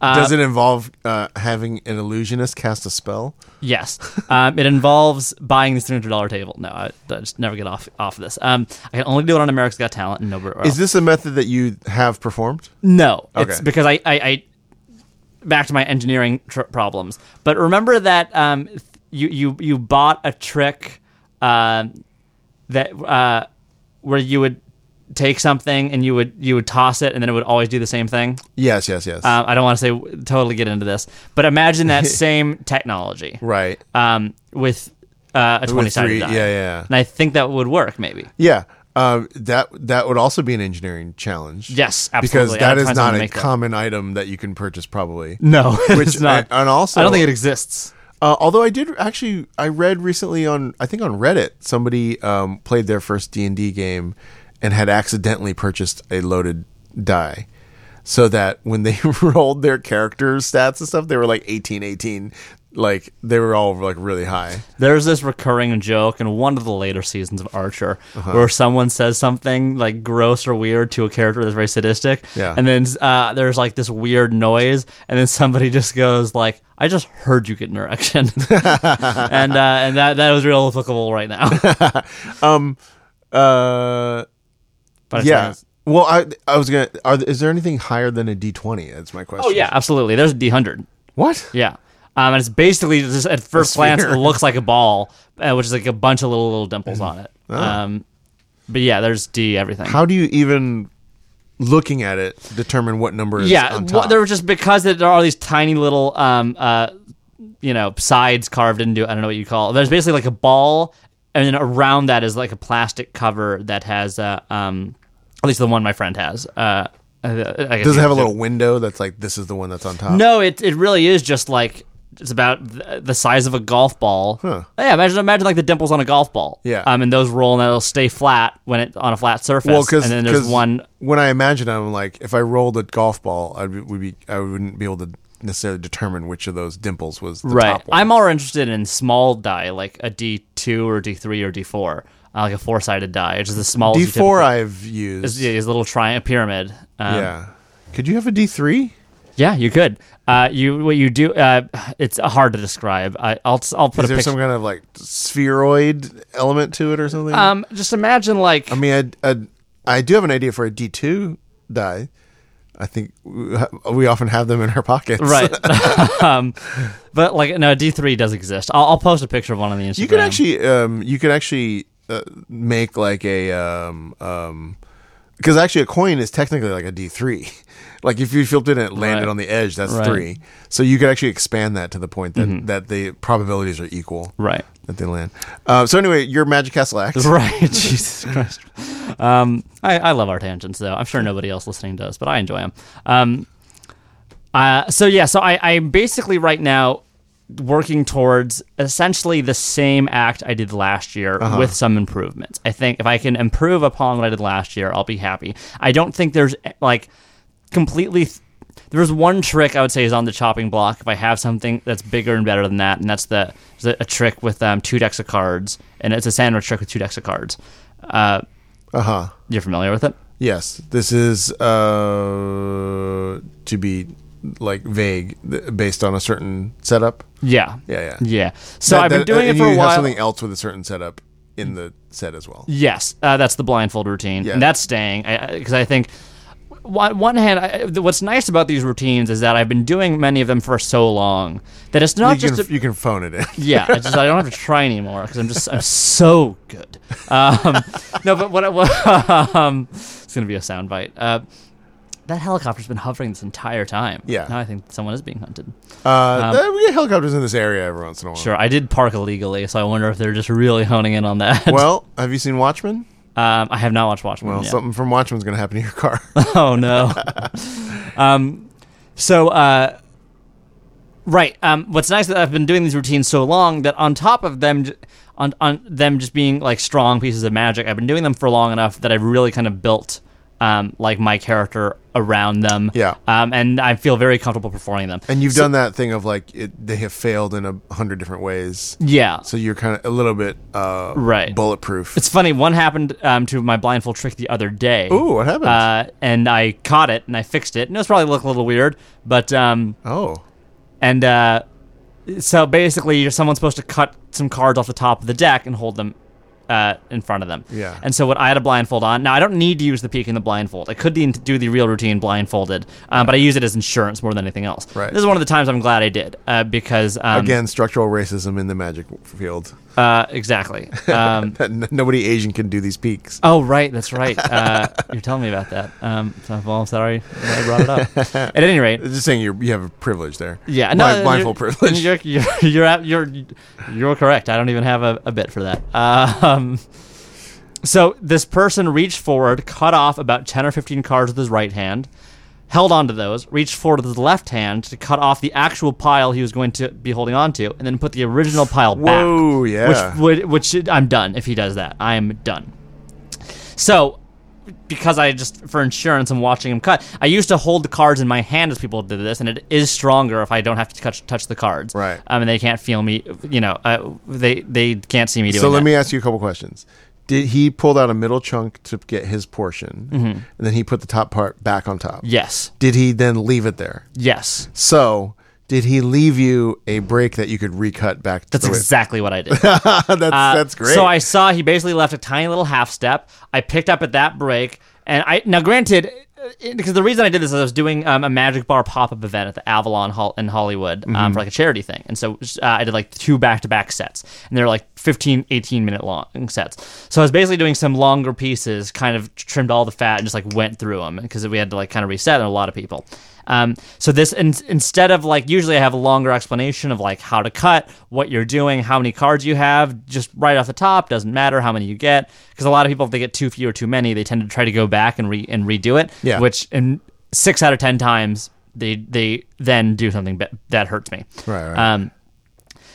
Does it involve uh, having an illusionist cast a spell? uh, Yes, um, it involves buying this three hundred dollar table. No, I, I just never get off off of this. Um, I can only do it on America's Got Talent and uh, nowhere else. Is this a method that you have performed? No, it's Okay. because I, I, I back to my engineering tr- problems. But remember that um, th- you you you bought a trick um that uh, where you would take something and you would you would toss it and then it would always do the same thing. Yes, yes, yes. Um, I don't want to say totally get into this, but imagine that same technology right. um, with uh, a twenty sided three- die. yeah, yeah. And I think that would work maybe. Yeah. Um, that that would also be an engineering challenge. Yes, Because absolutely. that I'd is find not someone to a make that. common item that you can purchase probably. No, Which- it's not. and also- I don't think it exists. Uh, although I did actually, I read recently on I think on Reddit somebody um, played their first D and D game and had accidentally purchased a loaded die, so that when they rolled their character stats and stuff, they were like 18, 18. like they were all like really high. There's this recurring joke in one of the later seasons of Archer Uh-huh. where someone says something like gross or weird to a character that's very sadistic. Yeah. And then uh, there's like this weird noise, and then somebody just goes like, "I just heard you get an erection," and uh, and that that was real applicable right now. Uh, But it's yeah. nice. Well, I I was gonna. Are, is there anything higher than a D twenty? That's my question. Oh yeah, absolutely. There's a D hundred. What? Yeah. Um, and it's basically just at first glance it sphere. Mm. looks like a ball, uh, which is like a bunch of little little dimples on it. Ah. Um, but yeah, there's D everything. How do you even looking at it determine what number is yeah, on wha- top? there were just because there are all these tiny little um uh you know sides carved into I don't know what you call. It. There's basically like a ball, and then around that is like a plastic cover that has uh, um at least the one my friend has. Uh, I guess Does it you- have a little window that's like this is the one that's on top? No, it it really is just like it's about th- the size of a golf ball. Yeah, imagine imagine like the dimples on a golf ball. Yeah. Um, and those roll and they'll stay flat when it on a flat surface. Well, because and then there's one. When I imagine, it, I'm like, if I rolled a golf ball, I would be, I wouldn't be able to necessarily determine which of those dimples was the Right. top one. I'm more interested in small die, like a D2 or D3 or D4, uh, like a four sided die, which is the smallest. D you four typically- I've used. is, is a little triangle pyramid. Um, yeah. Could you have a D three? yeah, you could. Uh, you what you do? Uh, it's hard to describe. I, I'll I'll put Is a there picture. some kind of like spheroid element to it or something? um, just imagine like I mean, I, I, I do have an idea for a D two die. I think we we often have them in our pockets. right um, but like no d3 does exist I'll, I'll post a picture of one on the instagram You could actually, um, you could actually uh, make like a, um, um 'cause because actually a coin is technically like a D three. Like if you flipped it and it landed Right. on the edge, that's Right. Mm-hmm. three. So you could actually expand that to the point that, that the probabilities are equal right that they land. Uh, so anyway, your Magic Castle axe. right jesus christ um, I, I love our tangents though i'm sure nobody else listening does but i enjoy them um, uh, so yeah so I, i'm basically right now working towards essentially the same act i did last year with some improvements i think if i can improve upon what i did last year i'll be happy i don't think there's eh, like completely. Th- there's one trick I would say is on the chopping block. If I have something that's bigger and better than that, and that's the there's a, a trick with um, two decks of cards, and it's a sandwich trick with two decks of cards. Uh, Uh huh. you're familiar with it? Yes, this is uh, to be like vague th- based on a certain setup. Yeah. Yeah, yeah. Yeah. So That- I've been that- doing and it you for a Have while. something else with a certain setup in the set as well. Yes, uh, that's the blindfold routine, Yeah. and that's staying because I, think. On one hand, I, I- what's nice about these routines is that I've been doing many of them for so long that it's not you just can, a, you can phone it in. yeah, I just I don't have to try anymore because I'm just I'm so good. Um, no, but what, I- what um, it's gonna be a soundbite. Uh, that helicopter's been hovering this entire time. Yeah. Now I think someone is being hunted. Uh, uh, we get helicopters in this area every once in a while. Um, Sure, I did park illegally, so I wonder if they're just really honing in on that. Well, have you seen Watchmen? um, I have not watched Watchmen. Well, yet. something from Watchmen's going to happen to your car. oh no. um, so uh, right. Um, what's nice that I've been doing these routines so long that on top of them, j- on on them just being like strong pieces of magic, I've been doing them for long enough that I've really kind of built. Um, like my character around them, Yeah. Um, and I feel very comfortable performing them. and you've done that thing of like it, they have failed in a hundred different ways. yeah, So you're kind of a little bit uh, Right. bulletproof. It's funny. One happened um, to my blindfold trick the other day. Ooh, what happened? Uh, and I caught it and I fixed it. And it's probably looked a little weird, but um, oh, And uh, so basically, you're someone's supposed to cut some cards off the top of the deck and hold them uh, in front of them. Yeah. And so what I had a blindfold on. Now I don't need to use the peek in the blindfold. I could de- do the real routine blindfolded, um, but I use it as insurance more than anything else. Right. This is one of the times I'm glad I did uh, because um, again, structural racism in the magic field. uh, exactly. Um, That n- nobody Asian can do these peaks. Oh right, that's right. Uh, you're telling me about that. Um, so, well, I'm sorry that I brought it up. At any rate, Just saying, you you have a privilege there. Yeah, Blind- no, blindfold you're- privilege. You're you're you're, at- you're you're correct. I don't even have a, a bit for that. Um, so this person reached forward, cut off about ten or fifteen cards with his right hand, held onto those, reached forward with his left hand to cut off the actual pile he was going to be holding onto, and then put the original pile back. Whoa, yeah. Which would which I'm done if he does that. I'm done. So because I just for insurance I'm watching him cut. I used to hold the cards in my hand as people did this, and it is stronger if I don't have to touch touch the cards. Right. Um, and they can't feel me. You know, uh, they they can't see me doing. So let that. me ask you a couple questions. Did he pulled out a middle chunk to get his portion, Mm-hmm. and then he put the top part back on top? Yes. Did he then leave it there? Yes. So did he leave you a break that you could recut back? To That's the way- exactly what I did. that's that's great. So I saw he basically left a tiny little half step. I picked up at that break, and I now granted, uh, because the reason I did this is I was doing um, a Magic Bar pop up event at the Avalon Hall in Hollywood Mm-hmm. um, for like a charity thing, and so uh, I did like two back to back sets, and they were like 15, 18 minute long sets. So I was basically doing some longer pieces, kind of trimmed all the fat and just like went through them because we had to like kind of reset and a lot of people. Um, so this in, instead of like usually I have a longer explanation of like how to cut, what you're doing, how many cards you have, just right off the top. Doesn't matter how many you get because a lot of people if they get too few or too many, they tend to try to go back and re and redo it. Yeah. Which in six out of ten times they they then do something that- that hurts me. Right, right. Um,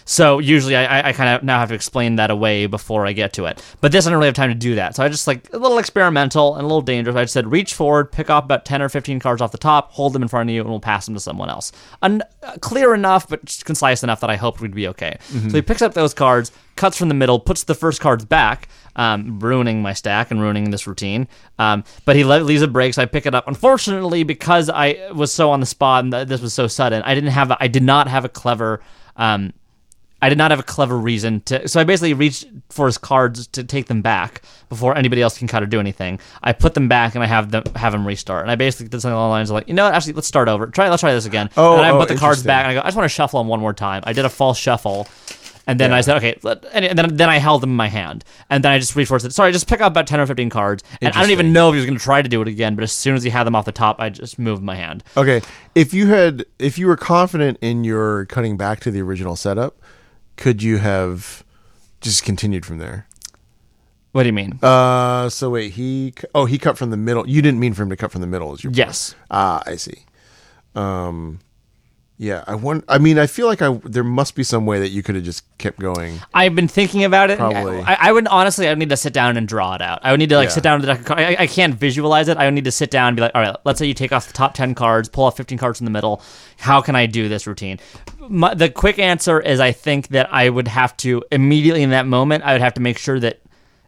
so usually I, I- I kind of now have to explain that away before I get to it. But this I don't really have time to do that. So I just like a little experimental and a little dangerous. I just said reach forward, pick up about ten or fifteen cards off the top, hold them in front of you, and we'll pass them to someone else. Un- uh, clear enough, but just concise enough that I hoped we'd be okay. So he picks up those cards, cuts from the middle, puts the first cards back, um, ruining my stack and ruining this routine. Um, but he le- leaves a break, so I pick it up. Unfortunately, because I was so on the spot and th- this was so sudden, I didn't have a, I did not have a clever. Um, I did not have a clever reason to. So I basically reached for his cards to take them back before anybody else can cut or do anything. I put them back and I have them have him restart. And I basically did something along the lines of like, you know, what, actually, let's start over. Try, let's try this again. Oh, and I oh, put the cards interesting. back and I go, I just want to shuffle them one more time. I did a false shuffle, and then I said, okay, let, and and then then I held them in my hand, and then I just reached for it. Said, Sorry, just pick up about ten or fifteen cards. And I don't even know if he was going to try to do it again, but as soon as he had them off the top, I just moved my hand. Okay, if you had, if you were confident in your cutting back to the original setup, could you have just continued from there? What do you mean? Uh, so wait, he cu- oh he cut from the middle. You didn't mean for him to cut from the middle, is your yes. Ah, I see. Um, yeah, I want. I mean, I feel like I there must be some way that you could have just kept going. I've been thinking about it. Probably. I, I would honestly, I would need to sit down and draw it out. I would need to like Yeah. sit down to the deck. of car- I, I can't visualize it. I would need to sit down and be like, all right, let's say you take off the top ten cards, pull off fifteen cards in the middle. How can I do this routine? My, the quick answer is, I think that I would have to immediately in that moment, I would have to make sure that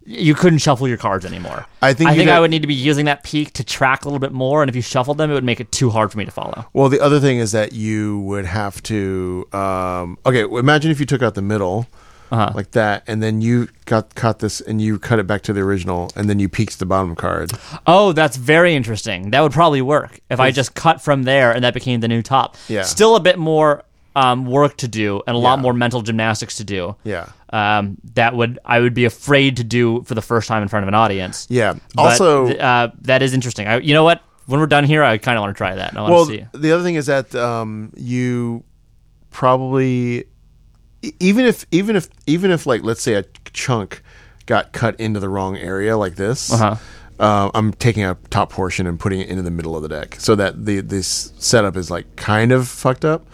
you couldn't shuffle your cards anymore. I think I you think I got- would need to be using that peak to track a little bit more, and if you shuffled them, it would make it too hard for me to follow. Well, the other thing is that you would have to. Um, okay, well, imagine if you took out the middle like that, and then you got caught this, and you cut it back to the original, and then you peaked the bottom card. Oh, that's very interesting. That would probably work if I just cut from there and that became the new top. Yeah. Still a bit more um, work to do and a lot Yeah. more mental gymnastics to do. Yeah, Um, that would I would be afraid to do for the first time in front of an audience. yeah. But, also, uh, that is interesting. I, you know what? When we're done here, I kind of want to try that. and I want well, to see. the other thing is that um, you probably e- even if even if even if like let's say a chunk got cut into the wrong area like this. Uh-huh. uh, I'm taking a top portion and putting it into the middle of the deck so that the this setup is like kind of fucked up.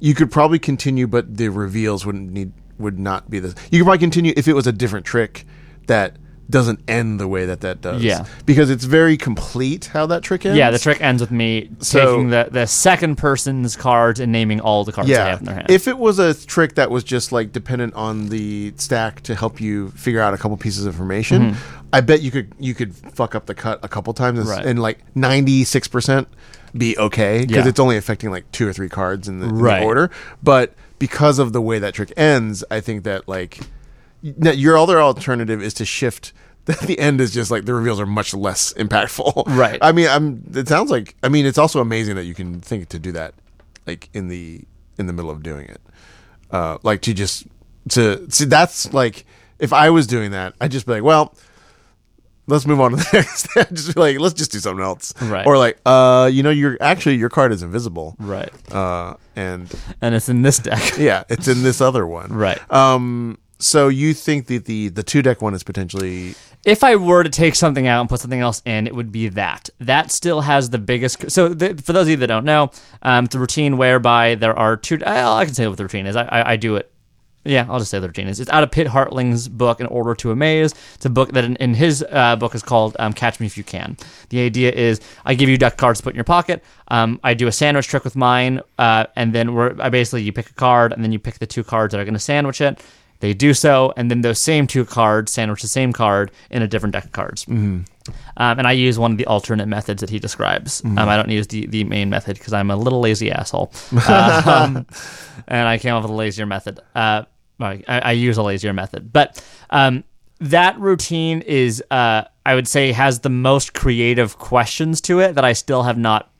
You could probably continue, but the reveals wouldn't need would not be this. You could probably continue if it was a different trick that doesn't end the way that that does. Yeah. because it's very complete how that trick ends. Yeah, the trick ends with me So- taking the, the second person's cards and naming all the cards they have in their hand. If it was a trick that was just like dependent on the stack to help you figure out a couple pieces of information, I bet you could you could fuck up the cut a couple times and, s- Mm-hmm. Right. and like ninety six percent be okay because Yeah. it's only affecting like two or three cards in the, in the Right. order. But because of the way that trick ends, I think that like now your other alternative is to shift. That the end is just like the reveals are much less impactful. Right. I mean, I'm. It sounds like. I mean, it's also amazing that you can think to do that, like in the in the middle of doing it, uh, like to just to see. That's like if I was doing that, I'd just be like, well. Let's move on to the next. just be like, let's just do something else, Right. or like, uh, you know, you're actually your card is invisible, right. uh, and And it's in this deck. yeah, it's in this other one, right. Um, so you think that the the two deck one is potentially if I were to take something out and put something else in, it would be that. That still has the biggest. So, the, for those of you that don't know, um, it's a routine whereby there are two. I, I can say what the routine is. I, I, I do it Yeah, I'll just say they're genius. It's out of Pitt Hartling's book, An Order to Amaze. It's a book that in, in his uh, book is called um, Catch Me If You Can. The idea is I give you deck cards to put in your pocket. Um, I do a sandwich trick with mine, uh, and then we're, I basically you pick a card, and then you pick the two cards that are going to sandwich it. They do so, and then those same two cards sandwich the same card in a different deck of cards. Mm-hmm. Um, and I use one of the alternate methods that he describes. Um, I don't use the, the main method because I'm a little lazy asshole. Um, and I came up with a lazier method. Uh, I, I use a lazier method. But um, that routine is, uh, I would say, has the most creative questions to it that I still have not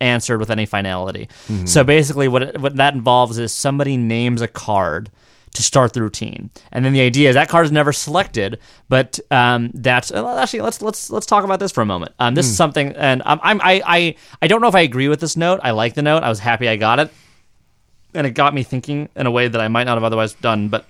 answered with any finality. So basically, what it, what that involves is somebody names a card to start the routine, and then the idea is that card is never selected. But um, that's uh, actually let's let's let's talk about this for a moment. Um, this is something, and I'm, I'm I I I don't know if I agree with this note. I like the note. I was happy I got it and it got me thinking in a way that I might not have otherwise done. But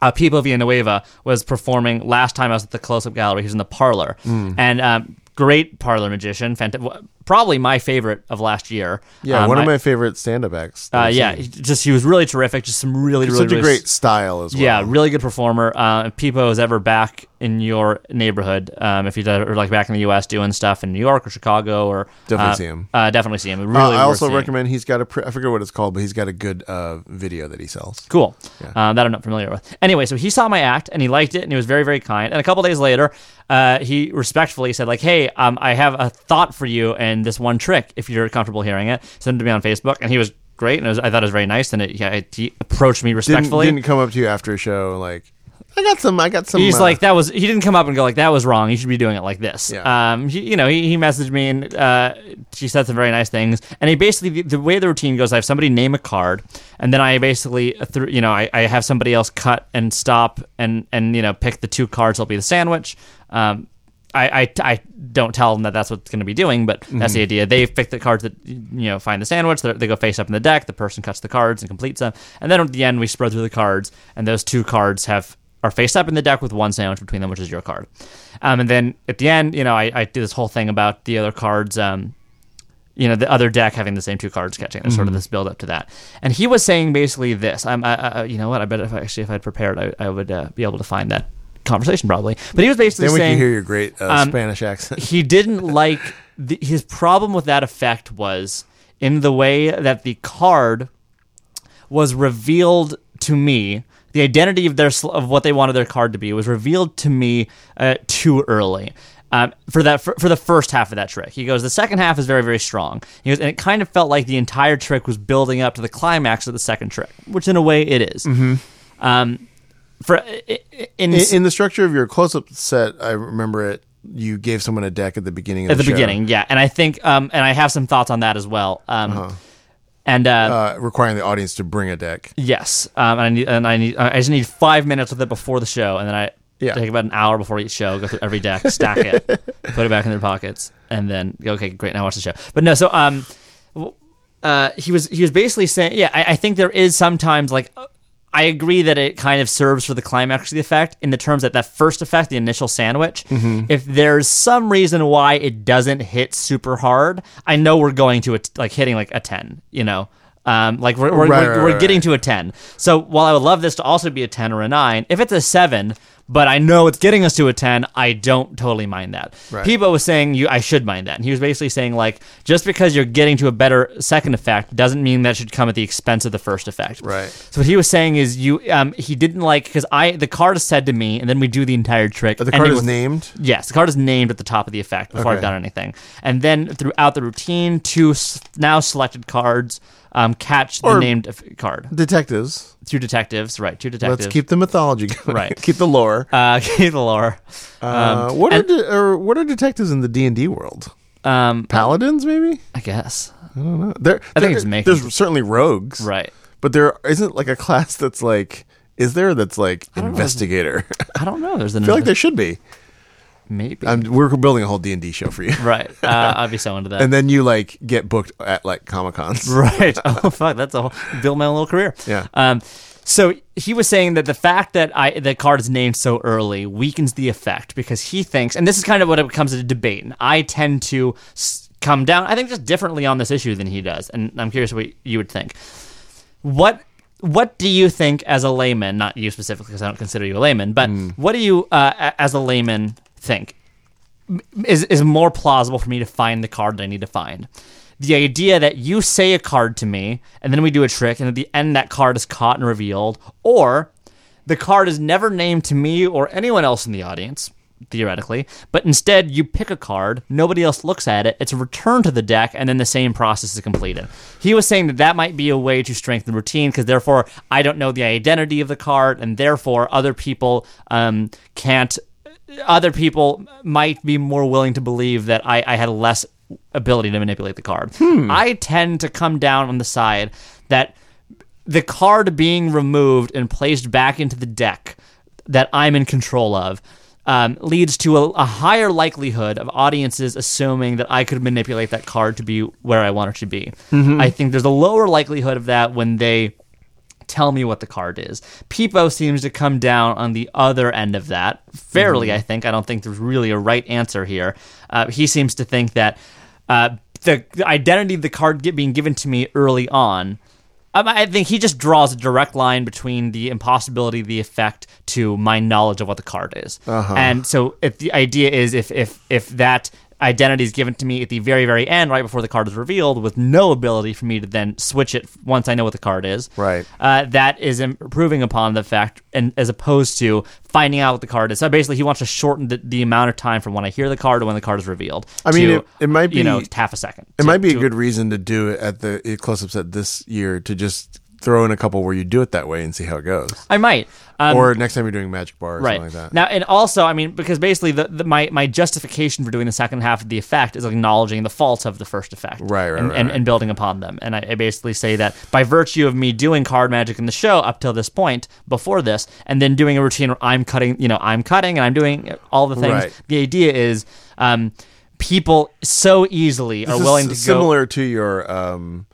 uh, People Villanueva was performing last time I was at the Close Up Gallery. He was in the parlor, Mm. and um, great parlor magician, fanta- probably my favorite of last year. Yeah, Um, uh, one of I- my favorite stand-up acts. that Uh, I've yeah, seen. he- just he was really terrific. Just some really, really, such a really great style as well. yeah, really good performer. Uh, if Peepo is ever back in your neighborhood, um, if he's ever like back in the U.S. doing stuff in New York or Chicago, or Definitely uh, see him. Uh, definitely see him. Really, Uh, I worth also seeing. recommend he's got a pr- I forget what it's called, but he's got a good uh, video that he sells. Cool. Uh, that I'm not familiar with. Anyway, so he saw my act and he liked it and he was very, very kind. And a couple days later, uh, he respectfully said, like, hey, um, I have a thought for you and this one trick, if you're comfortable hearing it, send it to me on Facebook. And he was great and it was, I thought it was very nice. And it, yeah, it, he approached me Didn't, respectfully. didn't come up to you after a show like I got some. I got some. He's uh, like that was he didn't come up and go like that was wrong. You should be doing it like this. Yeah. Um, he, you know, he, he messaged me and uh, she said some very nice things. And he basically the, the way the routine goes, I have somebody name a card, and then I basically through you know I, I have somebody else cut and stop and and you know pick the two cards. Will be the sandwich. Um, I, I, I don't tell them that that's what's going to be doing, but Mm-hmm. that's the idea. They pick the cards that you know find the sandwich. They're- They go face up in the deck. The person cuts the cards and completes them. And then at the end, we spread through the cards, and those two cards have are face up in the deck with one sandwich between them, which is your card. Um, and then at the end, you know, I, I do this whole thing about the other cards. Um, you know, the other deck having the same two cards catching. There's Mm-hmm. sort of this build up to that. And he was saying basically this. I'm, I, I, you know what? I bet if I, actually if I'd prepared, I, I would uh, be able to find that conversation probably. But he was basically Then we saying can hear your great uh, um, Spanish accent. he didn't like the, his problem with that effect was in the way that the card was revealed to me the identity of their sl- of what they wanted their card to be was revealed to me uh, too early um, for that for, for the first half of that trick he goes the second half is very very strong he goes and it kind of felt like the entire trick was building up to the climax of the second trick which in a way it is. um, for i- i- in, In, in the structure of your close-up set, I remember it. You gave someone a deck at the beginning. Of at the show. beginning, yeah. And I think, um, and I have some thoughts on that as well. Um, and uh, uh, requiring the audience to bring a deck. yes, um, and I need, and I need, I just need five minutes with it before the show, and then I Yeah. take about an hour before each show, go through every deck, stack it, put it back in their pockets, and then go, okay, great, now watch the show. But no, so um, w- uh, he was he was basically saying, yeah, I, I think there is sometimes like. uh, I agree that it kind of serves for the climax of the effect in the terms that that first effect, the initial sandwich, Mm-hmm. if there's some reason why it doesn't hit super hard, I know we're going to a t- like hitting like a 10, you know, um, like we're, we're, Right, we're, right, we're right, getting to a 10. So while I would love this to also be a 10 or a 9, if it's a 7, but I know it's getting us to a 10, I don't totally mind that. Right. People was saying you I should mind that. And he was basically saying like just because you're getting to a better second effect doesn't mean that should come at the expense of the first effect. Right. So what he was saying is you um he didn't like because I the card is said to me and then we do the entire trick. But the ending card is with- named. Yes, the card is named at the top of the effect before I've Okay. done anything, and then throughout the routine, two s- now selected cards um, catch the Or- named f- card. Detectives. Two detectives, right? Two detectives. Let's keep the mythology going. Right. Um, keep the lore. uh, keep the lore. Uh, what are de- or what are detectives in the D and D world? Um, Paladins, maybe. I guess Uh, There, I there- think it's making- There's certainly rogues, right. But there isn't like a class that's like. Is there that's like investigator? I I don't know. There's an feel like there should be. maybe I'm, we're building a whole D and D show for you, right. Uh, I'd be so into that. and then you like get booked at like comic cons. Right. Oh fuck, that's a whole build my own little career. Yeah. Um so he was saying that the fact that I the card is named so early weakens the effect because he thinks and this is kind of what it becomes a debate and I tend to s- come down I think just differently on this issue than he does and I'm curious what you would think. What what do you think as a layman, not you specifically, because I don't consider you a layman, but what do you, uh, a- as a layman, think M- is is more plausible for me to find the card that I need to find? The idea that you say a card to me, and then we do a trick, and at the end that card is caught and revealed, or the card is never named to me or anyone else in the audience, theoretically, but instead you pick a card, nobody else looks at it, it's returned to the deck, and then the same process is completed. He was saying that that might be a way to strengthen routine because therefore I don't know the identity of the card, and therefore other people um, can't. Other people might be more willing to believe that I, I had less ability to manipulate the card. I tend to come down on the side that the card being removed and placed back into the deck that I'm in control of um, leads to a, a higher likelihood of audiences assuming that I could manipulate that card to be where I want it to be. I think there's a lower likelihood of that when they tell me what the card is. Peepo seems to come down on the other end of that fairly. I think I don't think there's really a right answer here. Uh, he seems to think that uh, the, the identity of the card get, being given to me early on. Um, I think he just draws a direct line between the impossibility of the effect to my knowledge of what the card is. And so if the idea is if if if that identity is given to me at the very very end right before the card is revealed with no ability for me to then switch it once I know what the card is Right. uh, that is improving upon the fact, and as opposed to finding out what the card is. So basically, he wants to shorten the, the amount of time from when I hear the card to when the card is revealed. I mean, to, it- it might be- you know half a second. It might be a good reason to do it at the close ups at this year to just throw in a couple where you do it that way and see how it goes. I might. Um, or next time you're doing Magic Bar or something like that. Now, and also, I mean, because basically, the, the my my justification for doing the second half of the effect is acknowledging the faults of the first effect, Right, right, and, right, and, right. and building upon them. And I, I basically say that by virtue of me doing card magic in the show up till this point, before this, and then doing a routine where I'm cutting, you know, I'm cutting and I'm doing all the things. Right. The idea is. Um, People so easily are This is willing to go. similar to your um,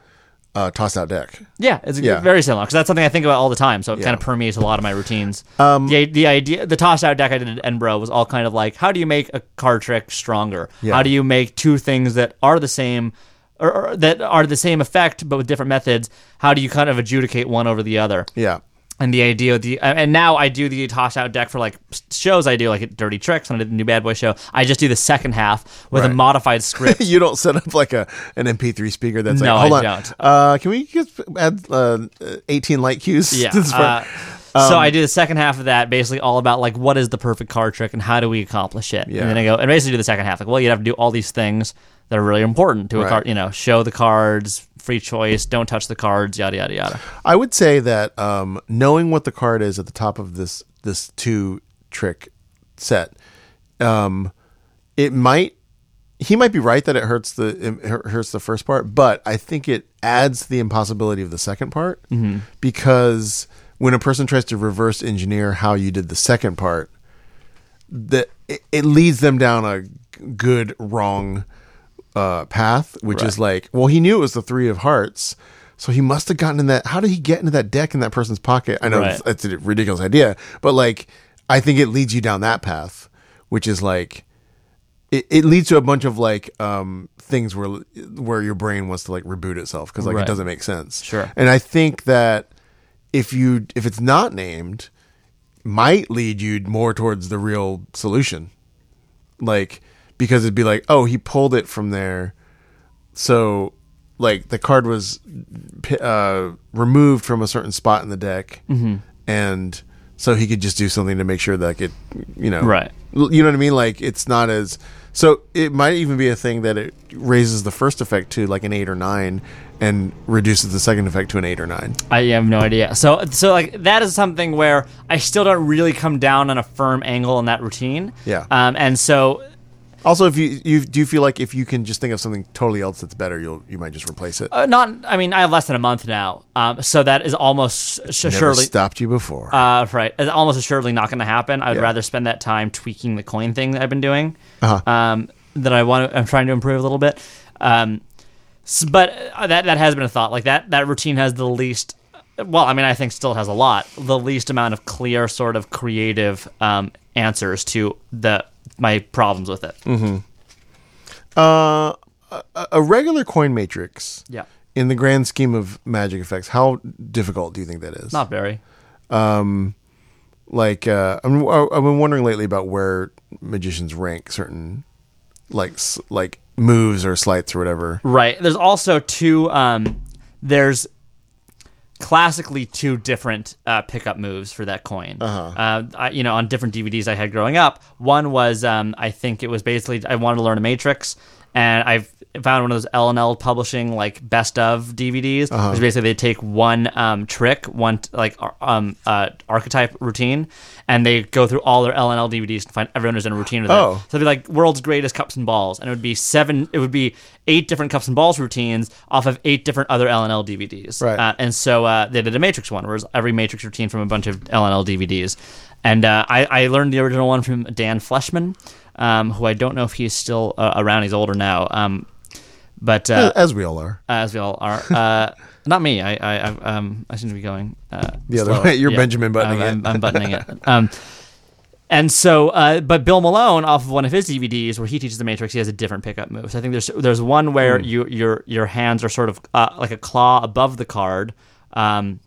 uh, toss out deck. Yeah, it's Yeah. very similar because that's something I think about all the time. So it Yeah. Um, kind of permeates a lot of my routines. the, the idea, the toss out deck I did at Enbro was all kind of like, how do you make a card trick stronger? Yeah. How do you make two things that are the same, or, or that are the same effect but with different methods? How do you kind of adjudicate one over the other? Yeah. and the idea of the and now I do the toss out deck for like shows I do like at Dirty Tricks when I did the new Bad Boy show. I just do the second half with a Right. modified script. You don't set up like a an MP3 speaker that's No, like, hold I on. don't. Uh, can we just add uh, 18 light cues? Yeah. to this Um, part? uh, so I do the second half of that, basically all about like what is the perfect card trick and how do we accomplish it. Yeah. And then I go and basically do the second half like, well, you'd have to do all these things that are really important to a Right. card. You know, show the cards, free choice, don't touch the cards, yada yada yada. I would say that um, knowing what the card is at the top of this this two trick set, um, it might he might be right that it hurts the it hur- hurts the first part, but I think it adds the impossibility of the second part because when a person tries to reverse engineer how you did the second part, that it, it leads them down a g- good wrong uh, path, which is like, well, he knew it was the three of hearts, so he must have gotten in that. How did he get into that deck in that person's pocket? I know Right. it's, it's a ridiculous idea, but like, I think it leads you down that path, which is like, it, it leads to a bunch of like um, things where where your brain wants to like reboot itself because like Right. it doesn't make sense. Sure. And I think that if you if it's not named, might lead you more towards the real solution. Like because it'd be like, oh, he pulled it from there. So like the card was pi- uh, removed from a certain spot in the deck Mm-hmm. and so he could just do something to make sure that it you know Right. L- you know what I mean? Like it's not as so. It might even be a thing that it raises the first effect to like an eight or nine, and reduces the second effect to an eight or nine. I have no idea. So so like that is something where I still don't really come down on a firm angle in that routine. Yeah. Um, and so Also, if you you do you feel like if you can just think of something totally else that's better, you'll you might just replace it. uh, not I mean I have less than a month now. Um, so that is almost s- Never surely stopped you before. Uh, right. It's almost assuredly not going to happen. I would Yeah. Uh-huh. rather spend that time tweaking the coin thing that I've been doing. Um, that I want. I'm trying to improve a little bit. Um, s- but uh, that that has been a thought. Like that that routine has the least. Well, I mean, I think still has a lot. The least amount of clear, sort of creative um, answers to the my problems with it. a regular coin matrix Yeah. in the grand scheme of magic effects, how difficult do you think that is? Not very. like uh, I'm I- I've been wondering lately about where magicians rank certain like s- like moves or slights or whatever. Right. There's also two. Um, there's classically two different uh, pickup moves for that coin. Uh-huh. I, you know, on different DVDs I had growing up, one was um, I think it was basically I wanted to learn a matrix, and I found one of those L and L publishing like best of DVDs, which basically they take one um, trick, one like ar- um, uh, archetype routine, and they go through all their L and L DVDs to find everyone who's in a routine. Of that. Oh. So it'd be like world's greatest cups and balls, and it would be seven. It would be eight different cups and balls routines off of eight different other L and L DVDs. Right. Uh, and so uh, they did a Matrix one, whereas every Matrix routine from a bunch of L and L DVDs. And uh, I, I learned the original one from Dan Fleshman, um, who I don't know if he's still uh, around. He's older now, um, but uh, As we all are. as we all are. Uh, not me. I I, I, um, I seem to be going uh, The other slower. way. You're Benjamin buttoning I'm, it. I'm, I'm buttoning it. Um, and so, uh, but Bill Malone, off of one of his DVDs, where he teaches the Matrix, he has a different pickup move. So I think there's there's one where you your your hands are sort of uh, like a claw above the card. Um,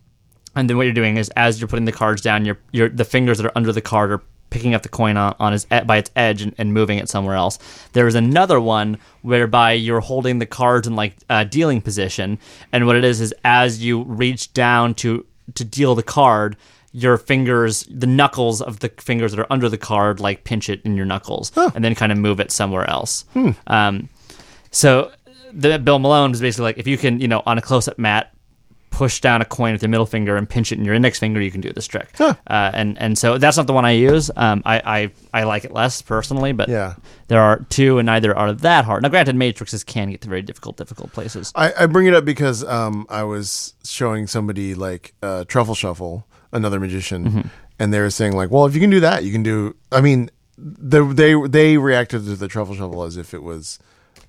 and then what you're doing is, as you're putting the cards down, your your the fingers that are under the card are picking up the coin on, on its e- by its edge and, and moving it somewhere else. There is another one whereby you're holding the cards in like a dealing position, and what it is is as you reach down to to deal the card, your fingers, the knuckles of the fingers that are under the card, like pinch it in your knuckles, and then kind of move it somewhere else. Um, so the Bill Malone is basically like if you can, you know, on a close up mat, push down a coin with your middle finger and pinch it in your index finger, you can do this trick. Uh, and and so that's not the one I use. Um, I, I I like it less personally, but Yeah. there are two, and neither are that hard. Now, granted, matrices can get to very difficult, difficult places. I, I bring it up because um, I was showing somebody like uh, Truffle Shuffle, another magician, Mm-hmm. and they were saying like, "Well, if you can do that, you can do." I mean, the, they they reacted to the Truffle Shuffle as if it was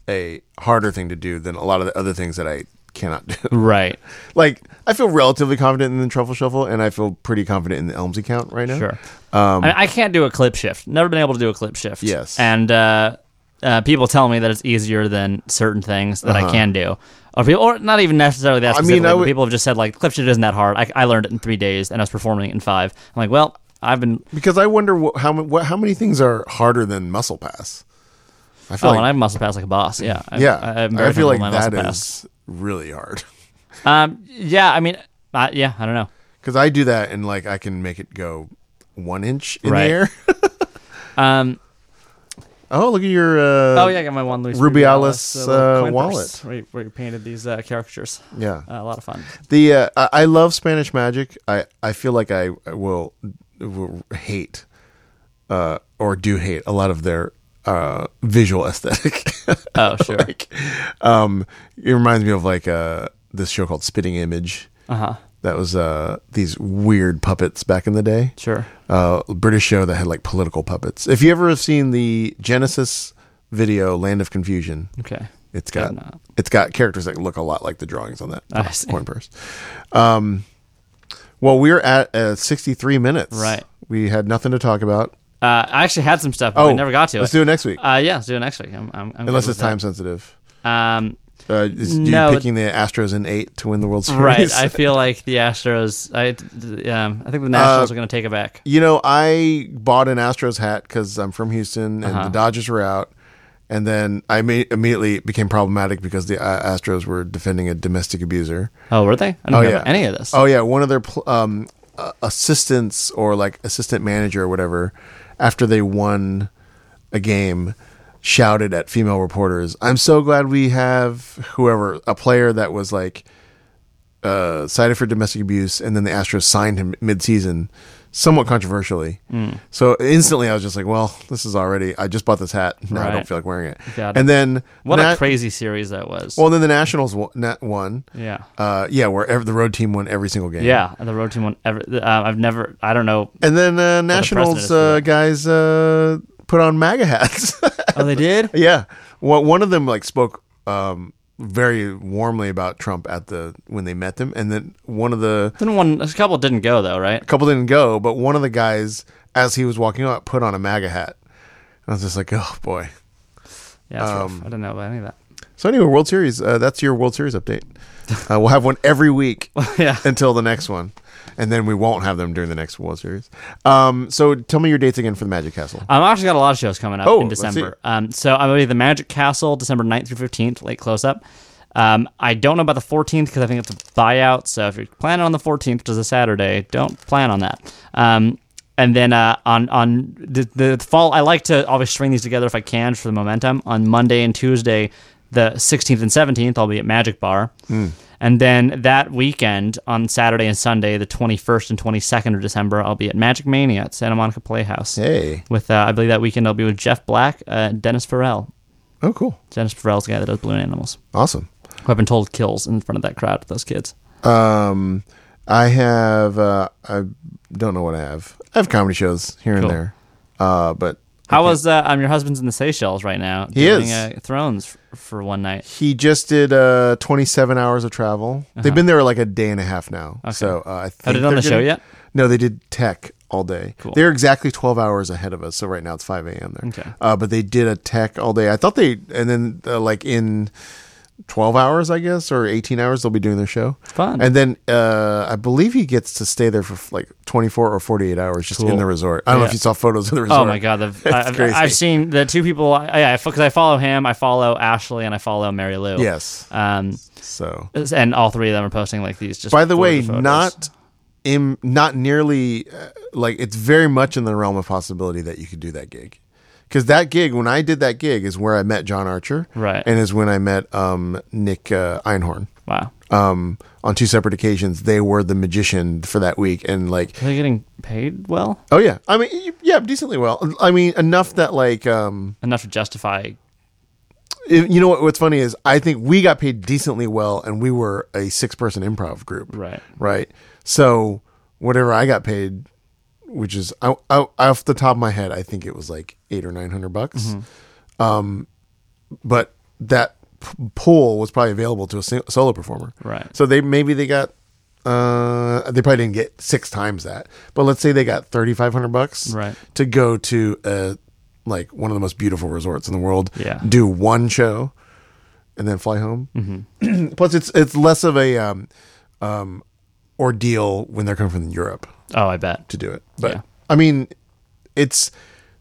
a harder thing to do than a lot of the other things that I cannot do. Right. like I feel relatively confident in the truffle shuffle, and I feel pretty confident in the Elmsy count right now. Sure. Um, I, mean, I can't do a clip shift. Never been able to do a clip shift. Um, Yes. And uh, uh, people tell me that it's easier than certain things that I can do. Or, people, or not even necessarily that Uh-huh. I mean, specifically. I but would- people have just said, like, clip shift isn't that hard. I, I learned it in three days and I was performing it in five. I'm like, well, I've been. Because I wonder wh- how wh- how many things are harder than muscle pass. I feel Oh, like and I muscle pass like a boss. Yeah. I, yeah, I, am very feel like comfortable in my that muscle pass. is really hard. Um, yeah, I mean, uh, yeah, I don't know. Because I do that and like I can make it go one inch in Right. the air. Um, oh, look at your. Uh, oh, yeah, I got my one Luis Rubiales, Rubiales, little uh, coin wallet. purse Where you, where you painted these uh, caricatures. yeah. Uh, a lot of fun. The uh, I, I love Spanish magic. I, I feel like I will, will hate, uh, or do hate a lot of their uh, visual aesthetic. Oh, sure. like, um, it reminds me of like uh, this show called Spitting Image. Uh huh. That was uh, these weird puppets back in the day. Sure. Uh, British show that had like political puppets. If you ever have seen the Genesis video Land of Confusion, Okay. it's got I've not. it's got characters that look a lot like the drawings on that I see. coin purse. Um, well, we're at uh, 63 minutes. Right. We had nothing to talk about. Oh, Uh, I actually had some stuff, but we never got to Let's it. do it next week, Uh, yeah, let's do it next week. I'm, I'm, I'm unless good it's with that. time sensitive. Um, Uh, is, No, you it- picking the Astros in eight to win the World Series? right. I feel like the Astros. I, d- um, I think the Uh, Nationals are going to take it back. You know, I bought an Astros hat because I'm from Houston and the Dodgers were out. And then I ma- immediately became problematic because the uh, Astros were defending a domestic abuser. Oh, were they? I don't Oh, know yeah. any of this. Oh, yeah. One of their pl- um, uh, assistants or like assistant manager or whatever, after they won a game, shouted at female reporters, I'm so glad we have whoever, a player that was like uh, cited for domestic abuse, and then the Astros signed him mid-season, somewhat controversially. Hmm. So instantly, I was just like, "Well, this is already. I just bought this hat. Now I Right. don't feel like wearing it." Got it. And then What Na- a crazy series that was. Well, then the Nationals won. na- won. yeah. Uh, yeah, where ev- the road team won every single game. Yeah, the road team won. Ever, uh, I've never. I don't know. And then uh, precedent is Nationals for uh, that. guys uh, put on MAGA hats. Oh, they did. yeah, well, one of them like spoke um, very warmly about Trump at the when they met them, and then one of the Then one. A couple didn't go though, right? couple didn't go, but one of the guys, as he was walking out, put on a MAGA hat. And I was just like, oh boy. Um, Yeah. That's rough. I didn't know about any of that. So anyway, World Series. Uh, that's your World Series update. Uh, we'll have one every week Yeah. until the next one, and then we won't have them during the next World Series. Um, so tell me your dates again for the Magic Castle. Um, I've actually got a lot of shows coming up Oh, in let's December. Um, so I'm going to be at the Magic Castle December 9th through 15th, late close up. Um, I don't know about the 14th because I think it's a buyout. So if you're planning on the 14th, which is a Saturday, don't plan on that. Um, and then uh, on on the, the fall, I like to always string these together if I can for the momentum. On Monday and Tuesday, the 16th and 17th, I'll be at Magic Bar. Hmm. And then that weekend on Saturday and Sunday, the 21st and 22nd of December, I'll be at Magic Mania at Santa Monica Playhouse Hey, with uh, I believe that weekend I'll be with Jeff Black, uh, Dennis Farrell. oh cool, Dennis Farrell's the guy that does balloon animals. awesome. Who I've been told kills in front of that crowd with those kids. Um, I have. Uh, I don't know what I have. I have comedy shows here and Cool. there, uh, but How was uh, um, your husband's in the Seychelles right now? He doing, is. uh, Thrones f- for one night. He just did uh, 27 hours of travel. Uh-huh. They've been there like a day and a half now. So uh, I think Have they done they're the show gonna- yet? No, they did tech all day. Cool. They're exactly 12 hours ahead of us. So right now it's 5 a.m. there. Okay. Uh, but they did a tech all day. I thought they, and then uh, like in 12 hours, I guess, or 18 hours, they'll be doing their show. Fun. And then uh, I believe he gets to stay there for like 24 or 48 hours just Cool. in the resort. I don't know Yeah. if you saw photos of the resort. Oh my god, the, I- I've, crazy. I've seen the two people. I, yeah, because I follow him, I follow Ashley, and I follow Mary Lou. Yes. Um, So. and all three of them are posting like these. Just By the way, gorgeous photos. not Im, not nearly uh, like it's very much in the realm of possibility that you could do that gig. Because that gig, when I did that gig, is where I met John Archer, Right. and is when I met um, Nick uh, Einhorn. wow. Um, on two separate occasions, they were the magician for that week, and like Are they getting paid well Oh yeah, I mean, y- yeah, decently well. I mean, enough that like, um, enough to justify? i- you know what? What's funny is I think we got paid decently well, and we were a six-person improv group, Right. right? So whatever I got paid, which is I, I, off the top of my head, I think it was like eight or nine hundred bucks. Mm-hmm. Um, but that p- pool was probably available to a si- solo performer, Right. So they maybe they got. Uh, they probably didn't get six times that, but let's say they got thirty five hundred bucks, Right. to go to a like one of the most beautiful resorts in the world, Yeah. do one show, and then fly home. Mm-hmm. Plus, it's it's less of a um, um, ordeal when they're coming from Europe Oh, I bet. to do it. But Yeah. I mean, it's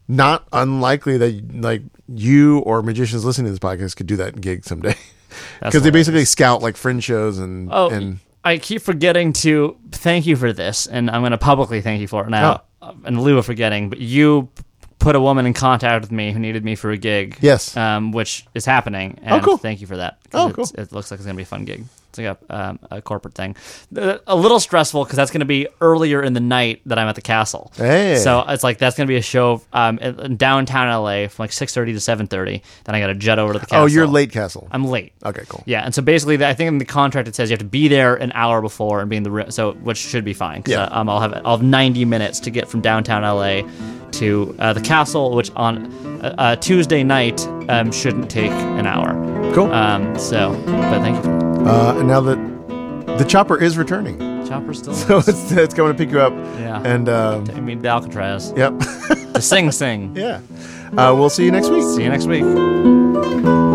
not unlikely that like you or magicians listening to this podcast could do that gig someday That's because they hilarious. basically scout like fringe shows and Oh, and I keep forgetting to thank you for this, and I'm going to publicly thank you for it now. Oh. uh, In lieu of forgetting, but you p- put a woman in contact with me who needed me for a gig. Yes. um, which is happening. And cool. Thank you for that. Oh, 'cause it's- It looks like it's going to be a fun gig. It's like a, um, a corporate thing. Uh, A little stressful because that's going to be earlier in the night that I'm at the castle. Hey. So it's like that's going to be a show um, in in downtown LA from like 6:30 to 7:30. Then I got to jet over to the castle. oh, you're late, Castle. I'm late. okay, cool. Yeah, and so basically, I think in the contract it says you have to be there an hour before and be in the room, so which should be fine. 'cause, Yeah. uh, um, I'll have I'll have 90 minutes to get from downtown LA to uh, the castle, which on uh, uh, Tuesday night um, shouldn't take an hour. Cool. Um, so, but thank you. For Uh, and now that the chopper is returning, that. Chopper's still. so it's, it's coming to pick you up. Yeah. And um, I mean, the Alcatraz. yep, The Sing Sing. yeah. Uh, we'll see you next week. See you next week.